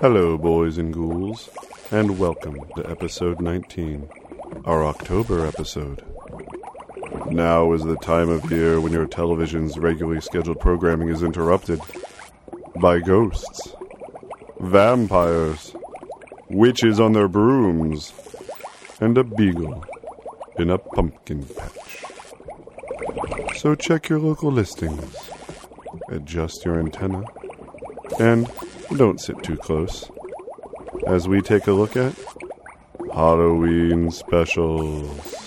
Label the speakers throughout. Speaker 1: Hello, boys and ghouls, and welcome to episode 19, our October episode. Now is the time of year when your television's regularly scheduled programming is interrupted by ghosts, vampires, witches on their brooms, and a beagle in a pumpkin patch. So check your local listings, adjust your antenna, and don't sit too close as we take a look at Halloween specials.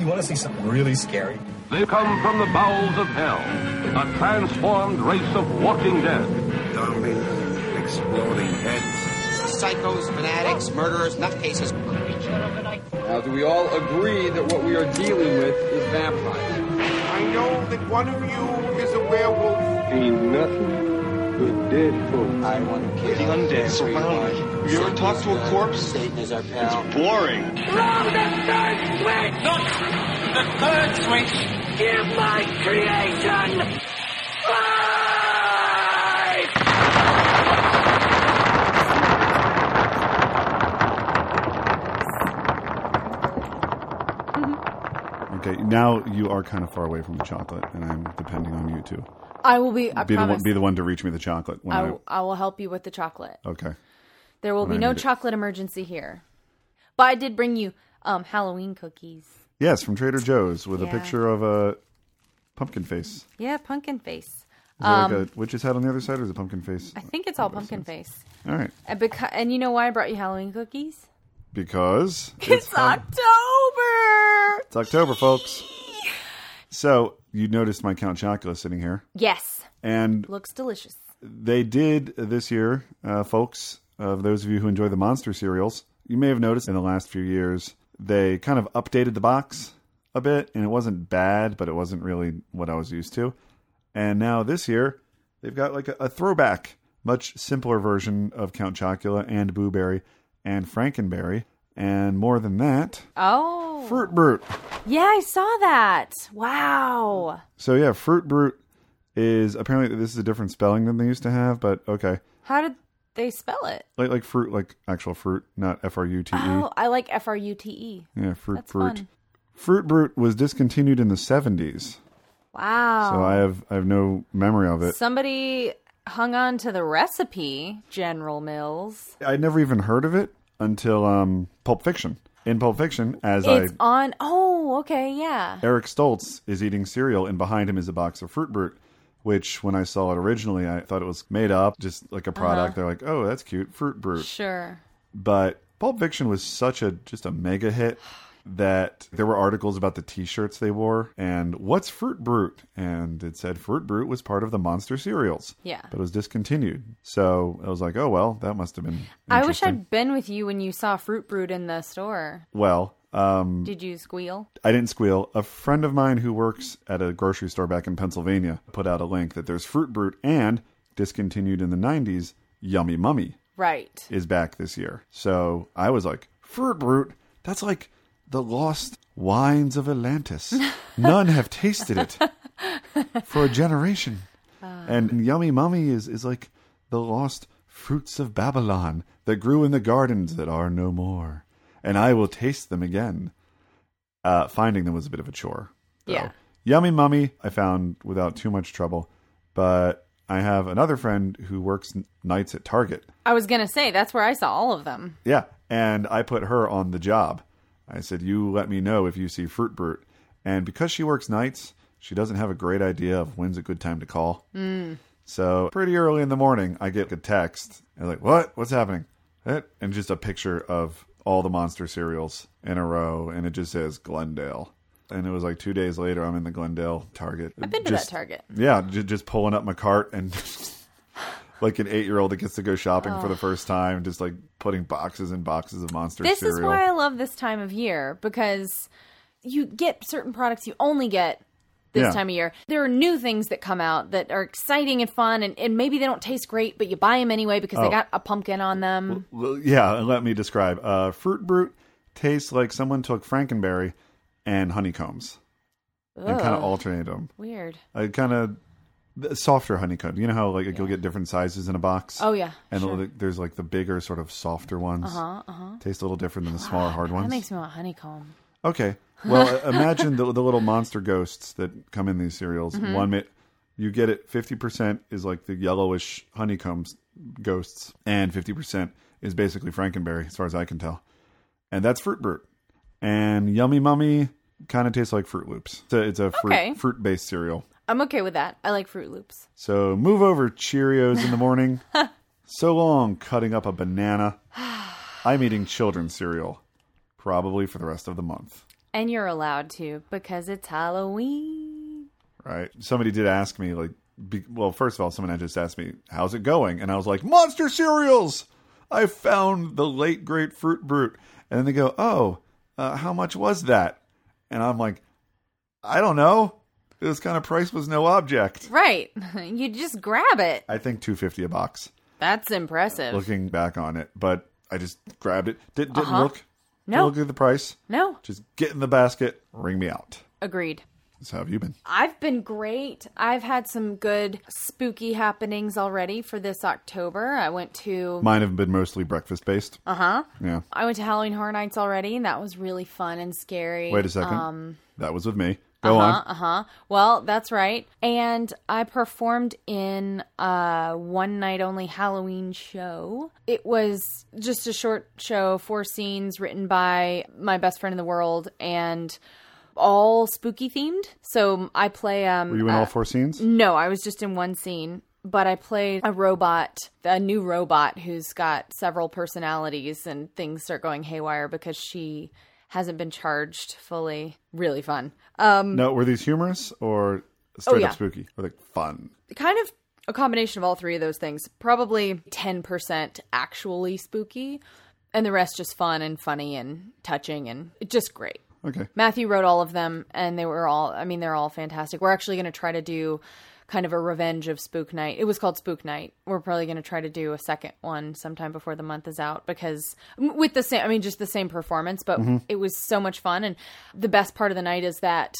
Speaker 2: You want to see something really scary?
Speaker 3: They come from the bowels of hell, a transformed race of walking dead.
Speaker 4: Zombies, exploding heads.
Speaker 5: psychos, fanatics, murderers, nutcases.
Speaker 6: Now, do we all agree that what we are dealing with is vampires?
Speaker 4: I know that one of you is a werewolf.
Speaker 6: Ain't nothing but dead folk.
Speaker 5: I want to kill the undead surround me. You ever talk to a corpse? Satan is our pal. It's
Speaker 7: From the third switch! Look! The third switch! Give my creation life!
Speaker 8: Okay, now you are kind of far away from the chocolate, and I'm depending on you to
Speaker 9: I will be. I
Speaker 8: be the one,
Speaker 9: promise.
Speaker 8: be the one to reach me the chocolate when
Speaker 9: I,
Speaker 8: I,
Speaker 9: will- I will help you with the chocolate.
Speaker 8: okay.
Speaker 9: There will
Speaker 8: when
Speaker 9: be no
Speaker 8: I need it.
Speaker 9: chocolate emergency here. But I did bring you um, Halloween cookies.
Speaker 8: Yes, from Trader Joe's with a
Speaker 9: Yeah.
Speaker 8: picture of a pumpkin face. Is
Speaker 9: Yeah, pumpkin face.
Speaker 8: there like a witch's hat on the other side, or is it pumpkin face?
Speaker 9: I think it's all pumpkin face.
Speaker 8: All right,
Speaker 9: And, beca- and you know why I brought you Halloween cookies?
Speaker 8: because
Speaker 9: It's,
Speaker 8: Hal-
Speaker 9: October.
Speaker 8: It's October, folks. So you noticed my Count Chocula sitting here,
Speaker 9: Yes,
Speaker 8: and
Speaker 9: looks delicious.
Speaker 8: they did this year, uh, folks. Uh, those of you who enjoy the monster cereals, you may have noticed in the last few years they kind of updated the box a bit, and it wasn't bad, but it wasn't really what I was used to. And now this year, they've got like a, a throwback, much simpler version of Count Chocula and Boo Berry and Frankenberry, and more than that,
Speaker 9: Oh,
Speaker 8: Fruit Brute.
Speaker 9: yeah, I saw that. Wow.
Speaker 8: So yeah, Fruit Brute is apparently this is a different spelling than they used to have, but okay.
Speaker 9: How did they spell it?
Speaker 8: like like fruit, like actual fruit, not F R U T E.
Speaker 9: Oh, I like F R U T E.
Speaker 8: yeah, fruit
Speaker 9: That's
Speaker 8: brute.
Speaker 9: fun.
Speaker 8: Fruit brute was discontinued in the seventies,
Speaker 9: Wow.
Speaker 8: so I have I have no memory of it.
Speaker 9: Somebody hung on to the recipe, General Mills.
Speaker 8: I'd never even heard of it until um Pulp Fiction. In Pulp Fiction, as
Speaker 9: It's
Speaker 8: I
Speaker 9: on. Oh, okay, yeah.
Speaker 8: Eric Stoltz is eating cereal, and behind him is a box of fruit brute. Which, when I saw it originally, I thought it was made up, just like a
Speaker 9: Uh-huh.
Speaker 8: product. They're like, "Oh, that's cute, fruit brute."
Speaker 9: Sure.
Speaker 8: but Pulp Fiction was such a just a mega hit that there were articles about the T-shirts they wore and what's Fruit Brute, and it said Fruit Brute was part of the Monster cereals,
Speaker 9: Yeah.
Speaker 8: but it was discontinued. So I was like, oh well, that must have been.
Speaker 9: I wish
Speaker 8: interesting.
Speaker 9: I'd been with you when you saw Fruit Brute in the store.
Speaker 8: Well, um,
Speaker 9: Did you squeal?
Speaker 8: I didn't squeal. A friend of mine who works at a grocery store back in Pennsylvania put out a link that there's Fruit Brute and discontinued in the '90s, Yummy Mummy.
Speaker 9: Right.
Speaker 8: is back this year. So I was like, Fruit Brute, that's like the lost wines of Atlantis. None have tasted it for a generation. and Yummy Mummy is, is like the lost fruits of Babylon that grew in the gardens that are no more. And I will taste them again. Uh, finding them was a bit of a chore. though.
Speaker 9: Yeah.
Speaker 8: Yummy Mummy, I found without too much trouble. But I have another friend who works n- nights at Target.
Speaker 9: I was going to say, that's where I saw all of them.
Speaker 8: Yeah. And I put her on the job. I said, You let me know if you see Fruit Brute. And because she works nights, she doesn't have a great idea of when's a good time to call.
Speaker 9: Mm.
Speaker 8: So pretty early in the morning, I get a text. And like, What? What's happening? Eh, And just a picture of all the monster cereals in a row. And it just says Glendale. And it was like two days later, I'm in the Glendale Target.
Speaker 9: I've been to
Speaker 8: Just-
Speaker 9: that Target.
Speaker 8: yeah, ju- just pulling up my cart and like an eight year old that gets to go shopping for the first time, just like putting boxes and boxes of monster
Speaker 9: This
Speaker 8: cereal.
Speaker 9: is why I love this time of year because you get certain products you only get this
Speaker 8: Yeah.
Speaker 9: time of year. There are new things that come out that are exciting and fun, and, and maybe they don't taste great, but you buy them anyway because they got a pumpkin on them.
Speaker 8: Oh. Well, yeah, and let me describe. Uh, Fruit Brute tastes like someone took Frankenberry and honeycombs and kind of
Speaker 9: Ugh.
Speaker 8: alternated them.
Speaker 9: Weird.
Speaker 8: It kind of the softer honeycomb. You know how like you'll get different sizes in a box.
Speaker 9: Oh, yeah,
Speaker 8: and
Speaker 9: sure.
Speaker 8: the- there's like the bigger sort of softer ones. Uh-huh, uh-huh. Taste a little different than the smaller hard ones.
Speaker 9: That makes me want honeycomb.
Speaker 8: Okay. Well, uh, imagine the, the little monster ghosts that come in these cereals. One minute, you get it. Fifty percent is like the yellowish honeycombs ghosts, and fifty percent is basically Frankenberry, as far as I can tell. And that's fruit brute. And yummy mummy kind of tastes like Fruit Loops. It's a, it's a fruit
Speaker 9: Okay.
Speaker 8: fruit based cereal.
Speaker 9: I'm okay with that. I like Fruit Loops.
Speaker 8: So move over Cheerios in the morning. so long cutting up a banana. I'm eating children's cereal, probably for the rest of the month.
Speaker 9: And you're allowed to because it's Halloween.
Speaker 8: right? Somebody did ask me, like, be, well, first of all, someone had just asked me, how's it going? And I was like, Monster Cereals! I found the late great Fruit Brute. And then they go, oh, uh, how much was that? And I'm like, I don't know. This kind of price was no object.
Speaker 9: Right. You just grab it.
Speaker 8: I think 250 a box,
Speaker 9: That's impressive.
Speaker 8: looking back on it. But I just grabbed it. Did, didn't look.
Speaker 9: No.
Speaker 8: Didn't look at the price.
Speaker 9: No,
Speaker 8: Just get in the basket. Ring me out.
Speaker 9: agreed.
Speaker 8: So how have you been?
Speaker 9: I've been great. I've had some good spooky happenings already for this October. I went to
Speaker 8: Mine have been mostly breakfast based. Uh huh. Yeah.
Speaker 9: I went to Halloween Horror Nights already, and that was really fun and scary.
Speaker 8: Wait a second.
Speaker 9: Um,
Speaker 8: that was with me. Go
Speaker 9: Uh-huh,
Speaker 8: on.
Speaker 9: Well, that's right. And I performed in a one night only Halloween show. It was just a short show, four scenes written by my best friend in the world and all spooky themed. So I play um
Speaker 8: Were you in all four scenes?
Speaker 9: No, I was just in one scene, but I played a robot, a new robot who's got several personalities, and things start going haywire because she hasn't been charged fully. Really fun. Um,
Speaker 8: No, were these humorous or straight
Speaker 9: Oh, yeah.
Speaker 8: up spooky? Were they fun?
Speaker 9: kind of a combination of all three of those things. Probably 10% actually spooky, and the rest just fun and funny and touching and just great.
Speaker 8: Okay.
Speaker 9: Matthew wrote all of them, and they were all, I mean, they're all fantastic. We're actually going to try to do kind of a revenge of Spook Night. It was called Spook Night. We're probably going to try to do a second one sometime before the month is out because m- with the same, I mean, just the same performance, but it was so much fun. And the best part of the night is that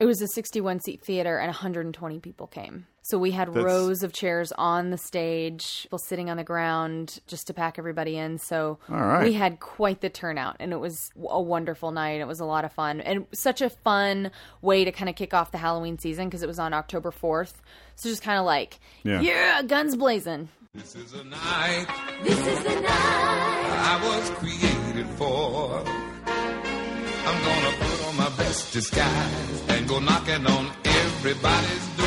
Speaker 9: it was a 61 seat theater and 120 people came. So we had
Speaker 8: That's-
Speaker 9: rows of chairs on the stage, people sitting on the ground just to pack everybody in. So
Speaker 8: All right.
Speaker 9: we had quite the turnout and it was a wonderful night. It was a lot of fun and such a fun way to kind of kick off the Halloween season because it was on October 4th. So just kind of like,
Speaker 8: Yeah.
Speaker 9: yeah, guns blazing.
Speaker 5: This is a night
Speaker 7: This is the night.
Speaker 5: I was created for. I'm gonna put on my best disguise and go knocking on everybody's door.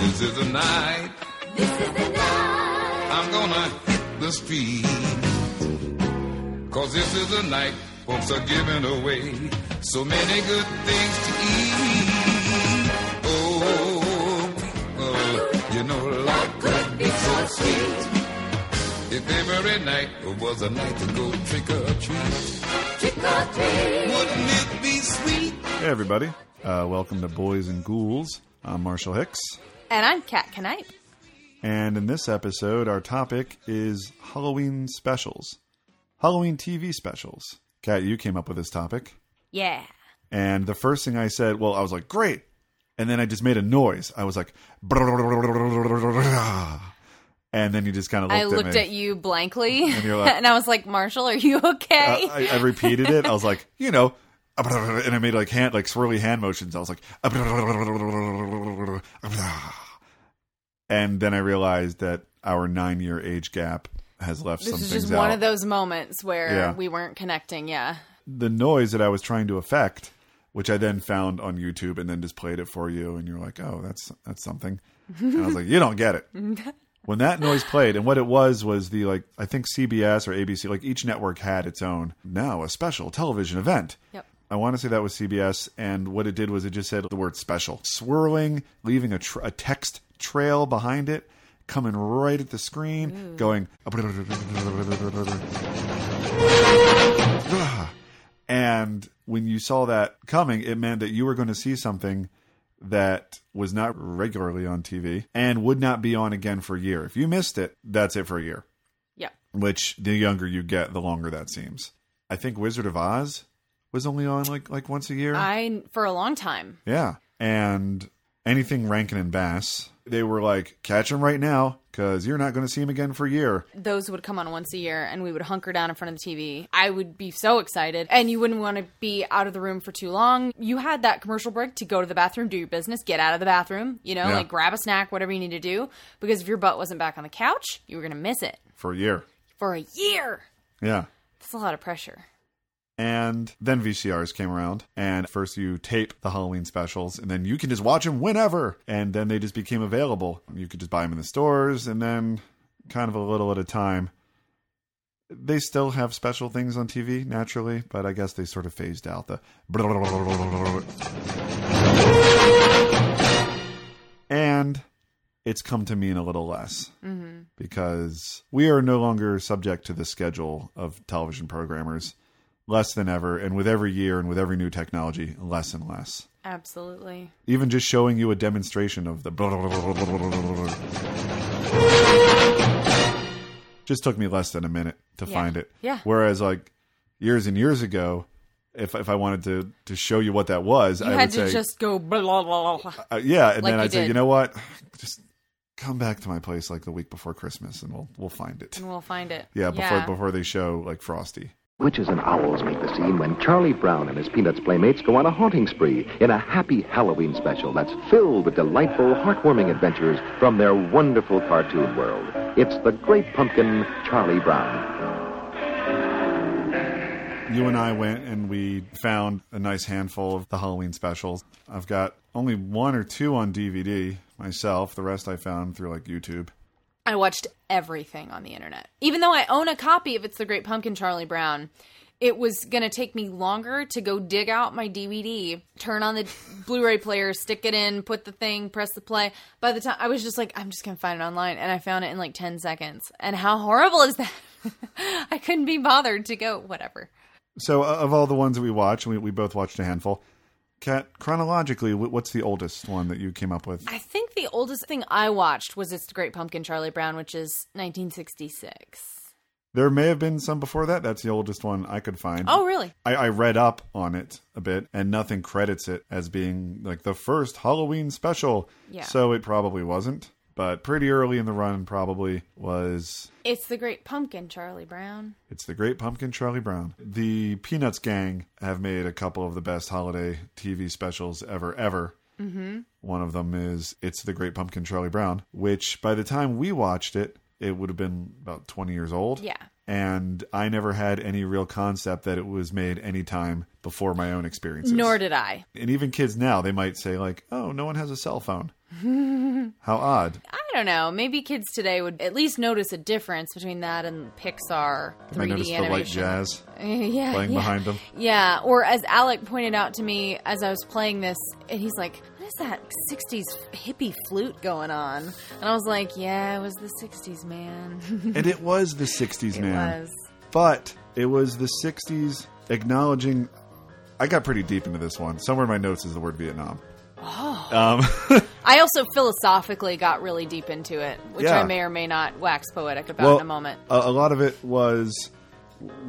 Speaker 5: This is a night
Speaker 7: This is the night.
Speaker 5: I'm gonna hit the street. Cause this is a night folks are giving away so many good things to eat. Oh, people, you know life could be so sweet. If every night was a night to go trick or treat,
Speaker 7: Trick or treat.
Speaker 5: wouldn't it be sweet?
Speaker 8: Hey, everybody. Uh, welcome to Boys and Ghouls. I'm Marshall Hicks.
Speaker 9: And I'm Kat Knipe.
Speaker 8: And in this episode, our topic is Halloween specials, Halloween TV specials. Kat, you came up with this topic.
Speaker 9: Yeah.
Speaker 8: And the first thing I said, well, I was like, great. And then I just made a noise. I was like, and then you just kind of looked
Speaker 9: I looked
Speaker 8: me.
Speaker 9: at you blankly and,
Speaker 8: you're like-
Speaker 9: I was like, Marshall, are you okay?
Speaker 8: I, I repeated it. I was like, you know, and I made like hand, like swirly hand motions. I was like, and then I realized that our nine year age gap has left some
Speaker 9: this is
Speaker 8: things
Speaker 9: just one
Speaker 8: out.
Speaker 9: of those moments where
Speaker 8: Yeah.
Speaker 9: we weren't connecting. Yeah.
Speaker 8: the noise that I was trying to affect, which I then found on YouTube and then just played it for you, and you're like, oh, that's that's something. And I was like, you don't get it. When that noise played, and what it was was the like I think CBS or ABC, like each network had its own now a special television event.
Speaker 9: Yep.
Speaker 8: I want to say that was CBS, and what it did was it just said the word special, swirling, leaving a, tr- a text trail behind it, coming right at the screen, going, "Ah." and when you saw that coming, it meant that you were going to see something that was not regularly on TV and would not be on again for a year. If you missed it, that's it for a year
Speaker 9: Yep.
Speaker 8: which the younger you get, the longer that seems. I think Wizard of Oz was only on like like once a year.
Speaker 9: I, for a long time.
Speaker 8: yeah, and anything Rankin and Bass. They were like, catch him right now because you're not going to see him again for a year.
Speaker 9: Those would come on once a year, and we would hunker down in front of the TV. I would be so excited, and you wouldn't want to be out of the room for too long. You had that commercial break to go to the bathroom, do your business, get out of the bathroom, you know,
Speaker 8: Yeah.
Speaker 9: like grab a snack, whatever you need to do, because if your butt wasn't back on the couch, you were going to miss it
Speaker 8: For a year.
Speaker 9: for a year.
Speaker 8: Yeah.
Speaker 9: That's a lot of pressure.
Speaker 8: And then VCRs came around, and first you tape the Halloween specials, and then you can just watch them whenever. And then they just became available. You could just buy them in the stores, and then kind of a little at a time. They still have special things on TV, naturally, but I guess they sort of phased out the. And it's come to mean a little less because we are no longer subject to the schedule of television programmers less than ever, and with every year and with every new technology, less and less.
Speaker 9: Absolutely.
Speaker 8: Even just showing you a demonstration of the blah, blah, blah, blah, blah, blah, blah, blah. just took me less than a minute to
Speaker 9: Yeah.
Speaker 8: find it.
Speaker 9: Yeah.
Speaker 8: Whereas like years and years ago, if if I wanted to to show you what that was,
Speaker 9: You
Speaker 8: I
Speaker 9: had
Speaker 8: would
Speaker 9: to
Speaker 8: say
Speaker 9: just go blah, blah, blah, blah.
Speaker 8: uh, yeah, and
Speaker 9: like
Speaker 8: then
Speaker 9: you
Speaker 8: I'd say,
Speaker 9: did.
Speaker 8: you know what, just come back to my place like the week before Christmas, and we'll we'll find it.
Speaker 9: and we'll find it.
Speaker 8: Yeah, before before they show like Frosty.
Speaker 10: Witches and owls make the scene when Charlie Brown and his Peanuts playmates go on a haunting spree in a happy Halloween special that's filled with delightful, heartwarming adventures from their wonderful cartoon world. It's the great pumpkin, Charlie Brown.
Speaker 8: You and I went and we found a nice handful of the Halloween specials. I've got only one or two on DVD myself. The rest I found through like YouTube.
Speaker 9: I watched everything on the internet. Even though I own a copy of It's the Great Pumpkin Charlie Brown, it was going to take me longer to go dig out my DVD, turn on the Blu ray player, stick it in, put the thing, press the play. By the time I was just like, I'm just going to find it online. And I found it in like 10 seconds. And how horrible is that? I couldn't be bothered to go, whatever.
Speaker 8: So, uh, of all the ones that we watched, we, we both watched a handful. Kat, chronologically, wh- what's the oldest one that you came up with?
Speaker 9: I think the oldest thing I watched was It's the Great Pumpkin Charlie Brown, which is 1966.
Speaker 8: There may have been some before that. That's the oldest one I could find.
Speaker 9: Oh, really?
Speaker 8: I, I read up on it a bit, and nothing credits it as being like the first Halloween special.
Speaker 9: Yeah.
Speaker 8: So it probably wasn't, but pretty early in the run, probably was.
Speaker 9: It's the Great Pumpkin Charlie Brown.
Speaker 8: It's the Great Pumpkin Charlie Brown. The Peanuts gang have made a couple of the best holiday TV specials ever, ever. Mm-hmm. One of them is It's the Great Pumpkin Charlie Brown, which by the time we watched it, it would have been about 20 years old.
Speaker 9: Yeah.
Speaker 8: And I never had any real concept that it was made any time before my own experiences.
Speaker 9: Nor did I.
Speaker 8: and even kids now, they might say, like, oh, no one has a cell phone. How odd.
Speaker 9: I don't know. Maybe kids today would at least notice a difference between that and Pixar 3D
Speaker 8: I noticed
Speaker 9: animation.
Speaker 8: the white jazz
Speaker 9: yeah,
Speaker 8: playing
Speaker 9: yeah.
Speaker 8: behind them.
Speaker 9: Yeah, or as Alec pointed out to me as I was playing this, and he's like, "What is that '60s hippie flute going on?" And I was like, "Yeah, it was the '60s, man.
Speaker 8: And it was the 60s,
Speaker 9: it
Speaker 8: man.
Speaker 9: was."
Speaker 8: but it was the 60s acknowledging i got pretty deep into this one somewhere in my notes is the word vietnam um,
Speaker 9: I also philosophically got really deep into it, which
Speaker 8: Yeah.
Speaker 9: I may or may not wax poetic about
Speaker 8: well, uh,
Speaker 9: in a moment.
Speaker 8: a, a lot of it was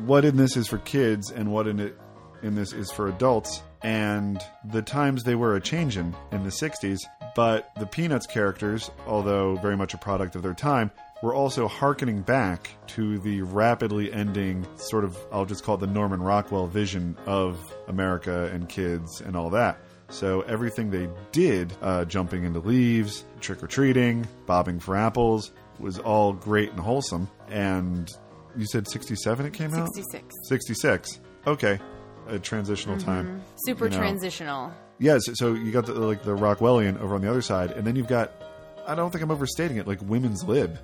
Speaker 8: what in this is for kids and what in it in this is for adults and the times they were a changing in the 60s but the peanuts characters although very much a product of their time were also hearkening back to the rapidly ending sort of i'll just call it the norman rockwell vision of america and kids and all that so everything they did uh, jumping into leaves trick-or-treating bobbing for apples was all great and wholesome and you said 67 it came out
Speaker 9: 66.
Speaker 8: 66. Okay. A transitional time.
Speaker 9: Super
Speaker 8: You know.
Speaker 9: transitional.
Speaker 8: Yes, so you got the, like the Rockwellian over on the other side, and then you've got, I don't think I'm overstating it, like women's lib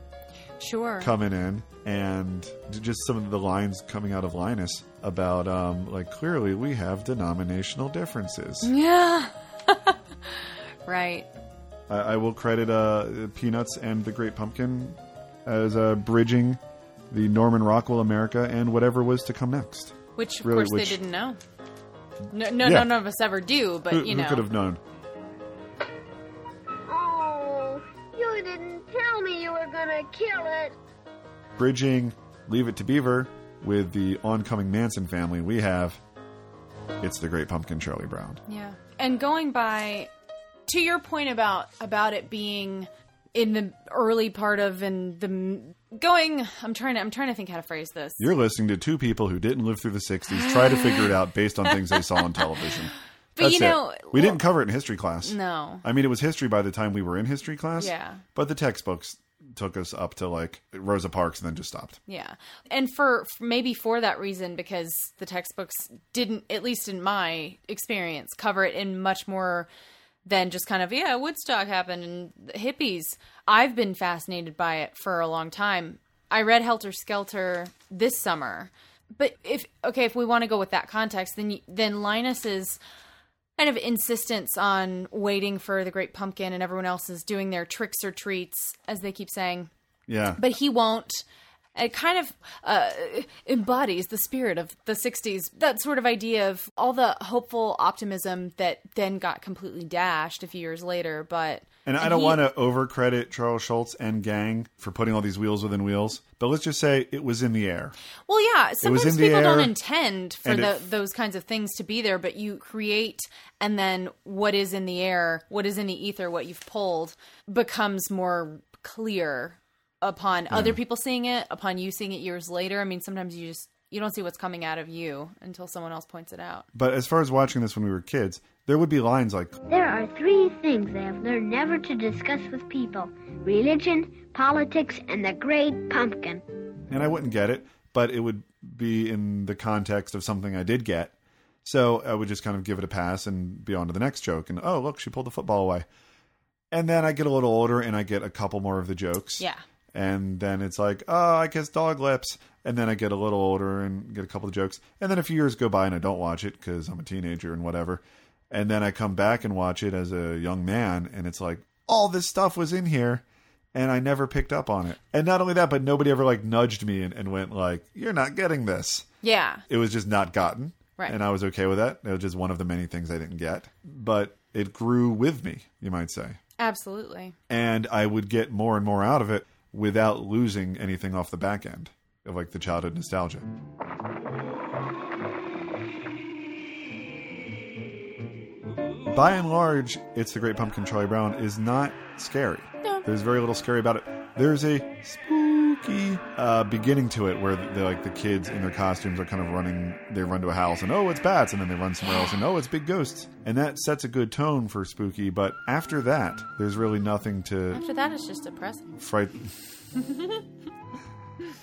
Speaker 9: Sure.
Speaker 8: coming in, and just some of the lines coming out of Linus about, um, like, clearly we have denominational differences.
Speaker 9: Yeah. right.
Speaker 8: I, I will credit uh, Peanuts and the Great Pumpkin as uh, bridging the Norman Rockwell America and whatever was to come next.
Speaker 9: Which, of
Speaker 8: Really,
Speaker 9: course,
Speaker 8: which-
Speaker 9: they didn't know. No, no,
Speaker 8: Yeah.
Speaker 9: none of us ever do, but
Speaker 8: Who-
Speaker 9: you
Speaker 8: who
Speaker 9: know.
Speaker 8: could have known?
Speaker 7: Oh, you didn't tell me you were gonna kill it.
Speaker 8: bridging Leave It to Beaver with the oncoming Manson family, we have It's the Great Pumpkin Charlie Brown.
Speaker 9: Yeah. And going by to your point about about it being in the early part of and the m- going, I'm trying to I'm trying to think how to phrase this.
Speaker 8: You're listening to two people who didn't live through the 60s try to figure it out based on things they saw on television.
Speaker 9: But you know,
Speaker 8: it. we didn't cover it in history class.
Speaker 9: No.
Speaker 8: I mean, it was history by the time we were in history class.
Speaker 9: Yeah.
Speaker 8: But the textbooks took us up to like Rosa Parks and then just stopped.
Speaker 9: Yeah. And for f- maybe for that reason, because the textbooks didn't, at least in my experience, cover it in much more than just kind of, yeah, Woodstock happened and the hippies. I've been fascinated by it for a long time. I read Helter Skelter this summer. But if, okay, if we want to go with that context, then, y- then Linus's kind of insistence on waiting for the great pumpkin and everyone else is doing their tricks or treats, as they keep saying
Speaker 8: Yeah.
Speaker 9: but he won't. It kind of uh, embodies the spirit of the 60s, that sort of idea of all the hopeful optimism that then got completely dashed a few years later. But
Speaker 8: And, I don't
Speaker 9: he-
Speaker 8: want to overcredit Charles Schultz and gang for putting all these wheels within wheels, but let's just say it was in the air.
Speaker 9: Well, yeah, sometimes
Speaker 8: in the
Speaker 9: people don't
Speaker 8: air,
Speaker 9: intend for
Speaker 8: and
Speaker 9: the,
Speaker 8: it-
Speaker 9: those kinds of things to be there, but you create, and then what is in the air, what is in the ether, what you've pulled becomes more clear upon other people seeing it, upon you seeing it years later. I mean, sometimes you just you don't see what's coming out of you until someone else points it out.
Speaker 8: But as far as watching this when we were kids, there would be lines like,
Speaker 11: There are three things I have learned never to discuss with people religion, politics, and the great pumpkin.
Speaker 8: and I wouldn't get it, but it would be in the context of something I did get. So I would just kind of give it a pass and be on to the next joke. And oh, look, she pulled the football away. And then I get a little older and I get a couple more of the jokes.
Speaker 9: Yeah.
Speaker 8: And then it's like, oh, I kiss dog lips. And then I get a little older and get a couple of jokes. And then a few years go by and I don't watch it because I'm a teenager and whatever. And then I come back and watch it as a young man. And it's like, all this stuff was in here and I never picked up on it. And not only that, but nobody ever like nudged me and, and went like, you're not getting this.
Speaker 9: Yeah,
Speaker 8: It was just not gotten.
Speaker 9: Right.
Speaker 8: And I was okay with that. It was just one of the many things I didn't get. But it grew with me, you might say
Speaker 9: absolutely.
Speaker 8: and I would get more and more out of it without losing anything off the back end of like the childhood nostalgia. By and large, It's the Great Pumpkin Charlie Brown is not scary.
Speaker 9: No.
Speaker 8: There's very little scary about it. There's a spooky uh, beginning to it where the, like the kids in their costumes are kind of running. They run to a house and oh, it's bats, and then they run somewhere else and oh, it's big ghosts, and that sets a good tone for spooky. But after that, there's really nothing to
Speaker 9: After that, it's just depressing.
Speaker 8: fright.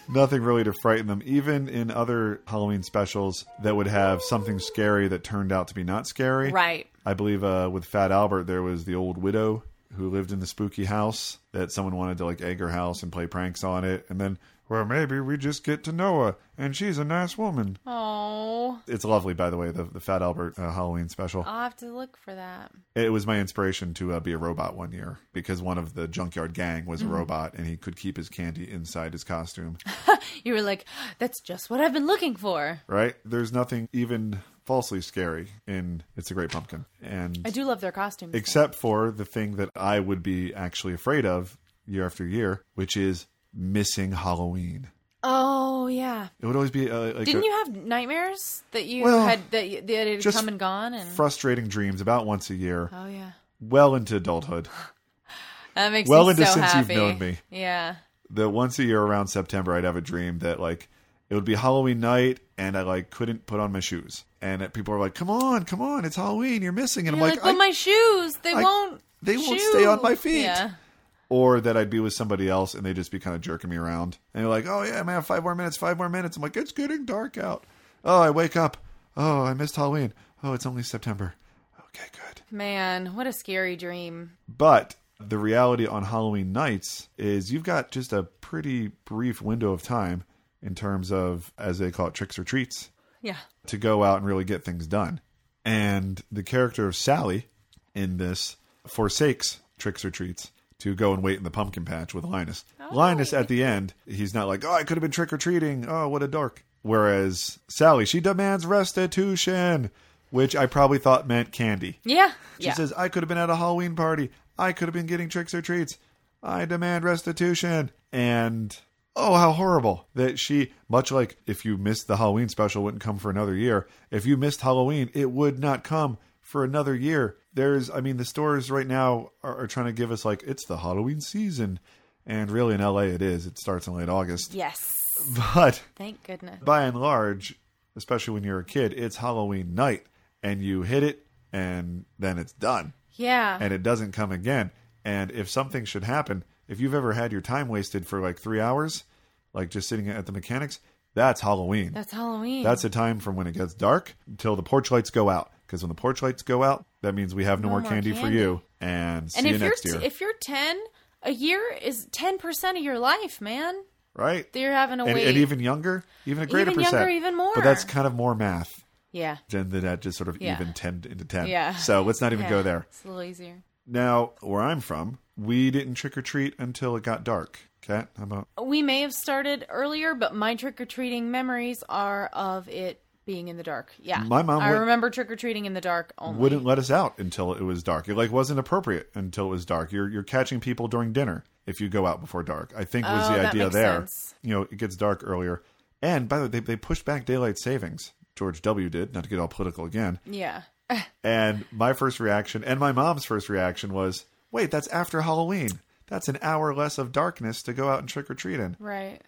Speaker 8: Nothing really to frighten them. Even in other Halloween specials that would have something scary that turned out to be not scary.
Speaker 9: Right.
Speaker 8: I believe uh, with Fat Albert, there was the old widow who lived in the spooky house that someone wanted to like egg her house and play pranks on it. And then, well, maybe we just get to know her and she's a nice woman.
Speaker 9: Oh,
Speaker 8: It's lovely, by the way, the, the Fat Albert uh, Halloween special.
Speaker 9: I'll have to look for that.
Speaker 8: It was my inspiration to uh, be a robot one year because one of the junkyard gang was
Speaker 9: Mm-hmm.
Speaker 8: a robot and he could keep his candy inside his costume.
Speaker 9: You were like, that's just what I've been looking for.
Speaker 8: Right? There's nothing even falsely scary in It's a Great Pumpkin. And
Speaker 9: I do love their costumes. though.
Speaker 8: except for the thing that I would be actually afraid of year after year, which is missing Halloween.
Speaker 9: oh yeah.
Speaker 8: It would always be uh, like
Speaker 9: Didn't
Speaker 8: a-
Speaker 9: you have nightmares that you
Speaker 8: Well,
Speaker 9: had that, you, that had
Speaker 8: just
Speaker 9: come and gone and
Speaker 8: frustrating dreams about once a year,
Speaker 9: oh yeah,
Speaker 8: well into adulthood.
Speaker 9: that makes
Speaker 8: Well
Speaker 9: me
Speaker 8: into
Speaker 9: so
Speaker 8: since you've
Speaker 9: happy.
Speaker 8: known me.
Speaker 9: Yeah,
Speaker 8: The once a year around September, I'd have a dream that like it would be Halloween night, and I like couldn't put on my shoes, and it- people are like, "Come on, come on, it's Halloween, you're missing," and
Speaker 9: You're
Speaker 8: I'm
Speaker 9: like,
Speaker 8: like,
Speaker 9: but
Speaker 8: I-
Speaker 9: my shoes they
Speaker 8: I-
Speaker 9: won't
Speaker 8: they won't
Speaker 9: shoe."
Speaker 8: stay on my feet.
Speaker 9: Yeah,
Speaker 8: or that I'd be with somebody else and they would just be kind of jerking me around. And they're like, "Oh yeah, man, five more minutes, five more minutes." I'm like, "It's getting dark out." Oh, I wake up. Oh, I missed Halloween. Oh, it's only September. Okay, good.
Speaker 9: man, what a scary dream.
Speaker 8: But the reality on Halloween nights is you've got just a pretty brief window of time in terms of as they call it tricks or treats
Speaker 9: Yeah,
Speaker 8: to go out and really get things done. And the character of Sally in this forsakes tricks or treats to go and wait in the pumpkin patch with Linus. Linus at the end, he's not like, oh, I could have been trick or treating. Oh, what a dork. Whereas Sally, she demands restitution, which I probably thought meant candy.
Speaker 9: yeah,
Speaker 8: She
Speaker 9: yeah.
Speaker 8: says, I could have been at a Halloween party. I could have been getting tricks or treats. I demand restitution. And oh, how horrible that she, much like if you missed the Halloween special, wouldn't come for another year. If you missed Halloween, it would not come for another year. There's, I mean, the stores right now are, are trying to give us like it's the Halloween season, and really in LA it is. It starts in late August.
Speaker 9: Yes.
Speaker 8: But
Speaker 9: Thank goodness.
Speaker 8: by and large, especially when you're a kid, it's Halloween night, and you hit it, and then it's done
Speaker 9: Yeah.
Speaker 8: and it doesn't come again. And if something should happen, if you've ever had your time wasted for like three hours, like just sitting at the mechanics, that's Halloween.
Speaker 9: That's Halloween.
Speaker 8: That's the time from when it gets dark till the porch lights go out. Because when the porch lights go out, that means we have no,
Speaker 9: No
Speaker 8: more,
Speaker 9: more
Speaker 8: candy, for
Speaker 9: candy.
Speaker 8: you. And see
Speaker 9: and
Speaker 8: you
Speaker 9: if
Speaker 8: next
Speaker 9: you're
Speaker 8: year.
Speaker 9: t- if you're 10, a year is 10% of your life, man.
Speaker 8: right?
Speaker 9: You're having to
Speaker 8: and,
Speaker 9: wait.
Speaker 8: and even younger, even a greater
Speaker 9: Even
Speaker 8: percent.
Speaker 9: younger, even more.
Speaker 8: But that's kind of more math
Speaker 9: yeah.
Speaker 8: than that just sort of
Speaker 9: Yeah.
Speaker 8: even 10 into 10.
Speaker 9: Yeah.
Speaker 8: So let's not even
Speaker 9: Yeah.
Speaker 8: go there.
Speaker 9: It's a little easier.
Speaker 8: Now, where I'm from, we didn't trick or treat until it got dark. Cat, how about
Speaker 9: We may have started earlier, but my trick or treating memories are of it being in the dark. Yeah.
Speaker 8: My mom
Speaker 9: I
Speaker 8: would-
Speaker 9: remember trick or treating in the dark only.
Speaker 8: wouldn't let us out until it was dark. It like wasn't appropriate until it was dark. You're you're catching people during dinner if you go out before dark. I think was
Speaker 9: Oh,
Speaker 8: the
Speaker 9: that
Speaker 8: idea
Speaker 9: makes
Speaker 8: there.
Speaker 9: sense.
Speaker 8: You know, it gets dark earlier. And by the way, they they pushed back daylight savings. George W. did not to get all political again.
Speaker 9: Yeah.
Speaker 8: And my first reaction, and my mom's first reaction was, "Wait, that's after Halloween. That's an hour less of darkness to go out and trick or treat in."
Speaker 9: Right.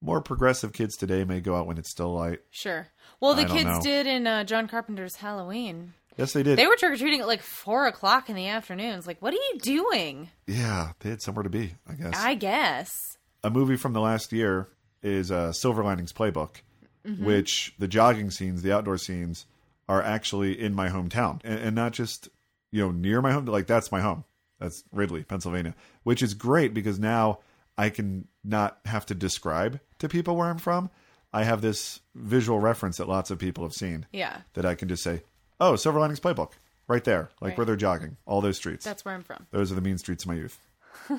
Speaker 8: More progressive kids today may go out when it's still light.
Speaker 9: Sure. Well,
Speaker 8: I
Speaker 9: the
Speaker 8: don't
Speaker 9: kids
Speaker 8: know.
Speaker 9: did in uh, John Carpenter's Halloween.
Speaker 8: Yes, they did.
Speaker 9: They were trick or treating at like four o'clock in the afternoons. Like, what are you doing?
Speaker 8: Yeah, they had somewhere to be, I guess.
Speaker 9: I guess.
Speaker 8: a movie from the last year is uh, Silver Linings Playbook,
Speaker 9: Mhm.
Speaker 8: which the jogging scenes, the outdoor scenes, are actually in my hometown, and, and not just you know near my home. Like that's my home. That's Ridley, Pennsylvania, which is great because now I can not have to describe to people where I'm from. I have this visual reference that lots of people have seen
Speaker 9: Yeah.
Speaker 8: that I can just say, "Oh, Silver Linings Playbook." Right there, like
Speaker 9: Right.
Speaker 8: where they're jogging, all those streets.
Speaker 9: That's where I'm from.
Speaker 8: Those are the mean streets of my youth.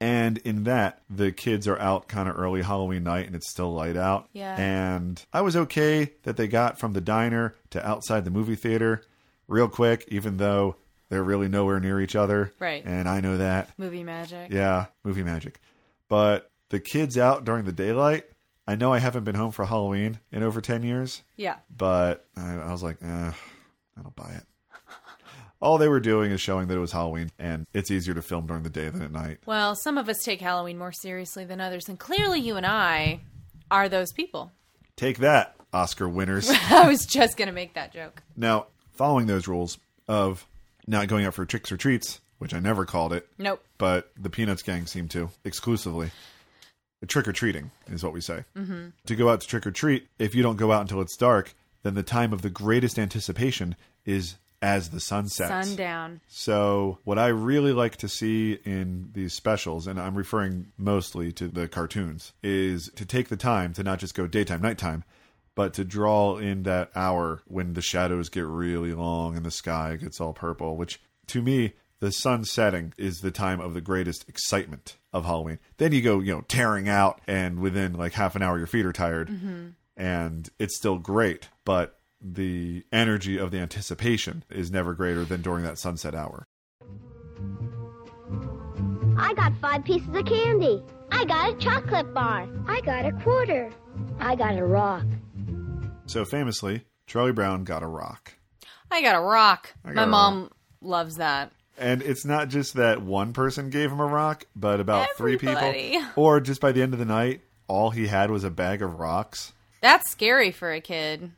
Speaker 8: and in that, the kids are out kind of early Halloween night and it's still light out.
Speaker 9: Yeah.
Speaker 8: And I was okay that they got from the diner to outside the movie theater real quick, even though they're really nowhere near each other.
Speaker 9: Right.
Speaker 8: And I know that.
Speaker 9: Movie magic.
Speaker 8: Yeah, movie magic. But the kids out during the daylight, I know I haven't been home for Halloween in over 10 years
Speaker 9: Yeah.
Speaker 8: but I, I was like, eh, I don't buy it. All they were doing is showing that it was Halloween, and it's easier to film during the day than at night.
Speaker 9: Well, some of us take Halloween more seriously than others, and clearly you and I are those people.
Speaker 8: Take that, Oscar winners.
Speaker 9: I was just going to make that joke.
Speaker 8: now, following those rules of not going out for tricks or treats, which I never called it,
Speaker 9: Nope.
Speaker 8: but the Peanuts gang seemed to exclusively. Trick or treating is what we say.
Speaker 9: Mhm.
Speaker 8: To go out to trick or treat, if you don't go out until it's dark, then the time of the greatest anticipation is as the sun sets.
Speaker 9: Sundown.
Speaker 8: So, what I really like to see in these specials, and I'm referring mostly to the cartoons, is to take the time to not just go daytime, nighttime, but to draw in that hour when the shadows get really long and the sky gets all purple, which to me, the sun setting is the time of the greatest excitement of Halloween. Then you go, you know, tearing out, and within like half an hour, your feet are tired
Speaker 9: Mhm.
Speaker 8: and it's still great, but the energy of the anticipation is never greater than during that sunset hour.
Speaker 11: I got five pieces of candy. I got a chocolate bar. I got a quarter. I got a rock.
Speaker 8: So famously, Charlie Brown got a rock.
Speaker 9: I got a rock.
Speaker 8: I got
Speaker 9: My
Speaker 8: a
Speaker 9: mom loves that.
Speaker 8: And it's not just that one person gave him a rock, but about three
Speaker 9: Everybody.
Speaker 8: people. Or just by the end of the night, all he had was a bag of rocks.
Speaker 9: That's scary for a kid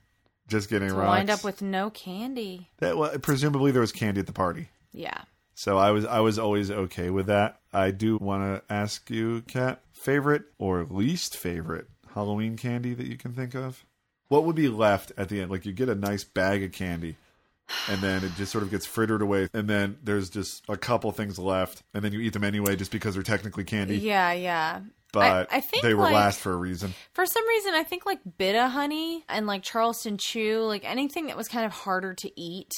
Speaker 8: Just getting
Speaker 9: to
Speaker 8: rocks.
Speaker 9: wind up with no candy.
Speaker 8: that, well, presumably there was candy at the party.
Speaker 9: Yeah.
Speaker 8: So I was I was always okay with that. I do want to ask you, Kat, favorite or least favorite Halloween candy that you can think of? What would be left at the end? Like you get a nice bag of candy and then it just sort of gets frittered away and then there's just a couple things left and then you eat them anyway just because they're technically candy.
Speaker 9: Yeah, yeah.
Speaker 8: But
Speaker 9: I think,
Speaker 8: they were
Speaker 9: like-
Speaker 8: last for a reason.
Speaker 9: For some reason, I think like Bitta Honey and like Charleston Chew, like anything that was kind of harder to eat,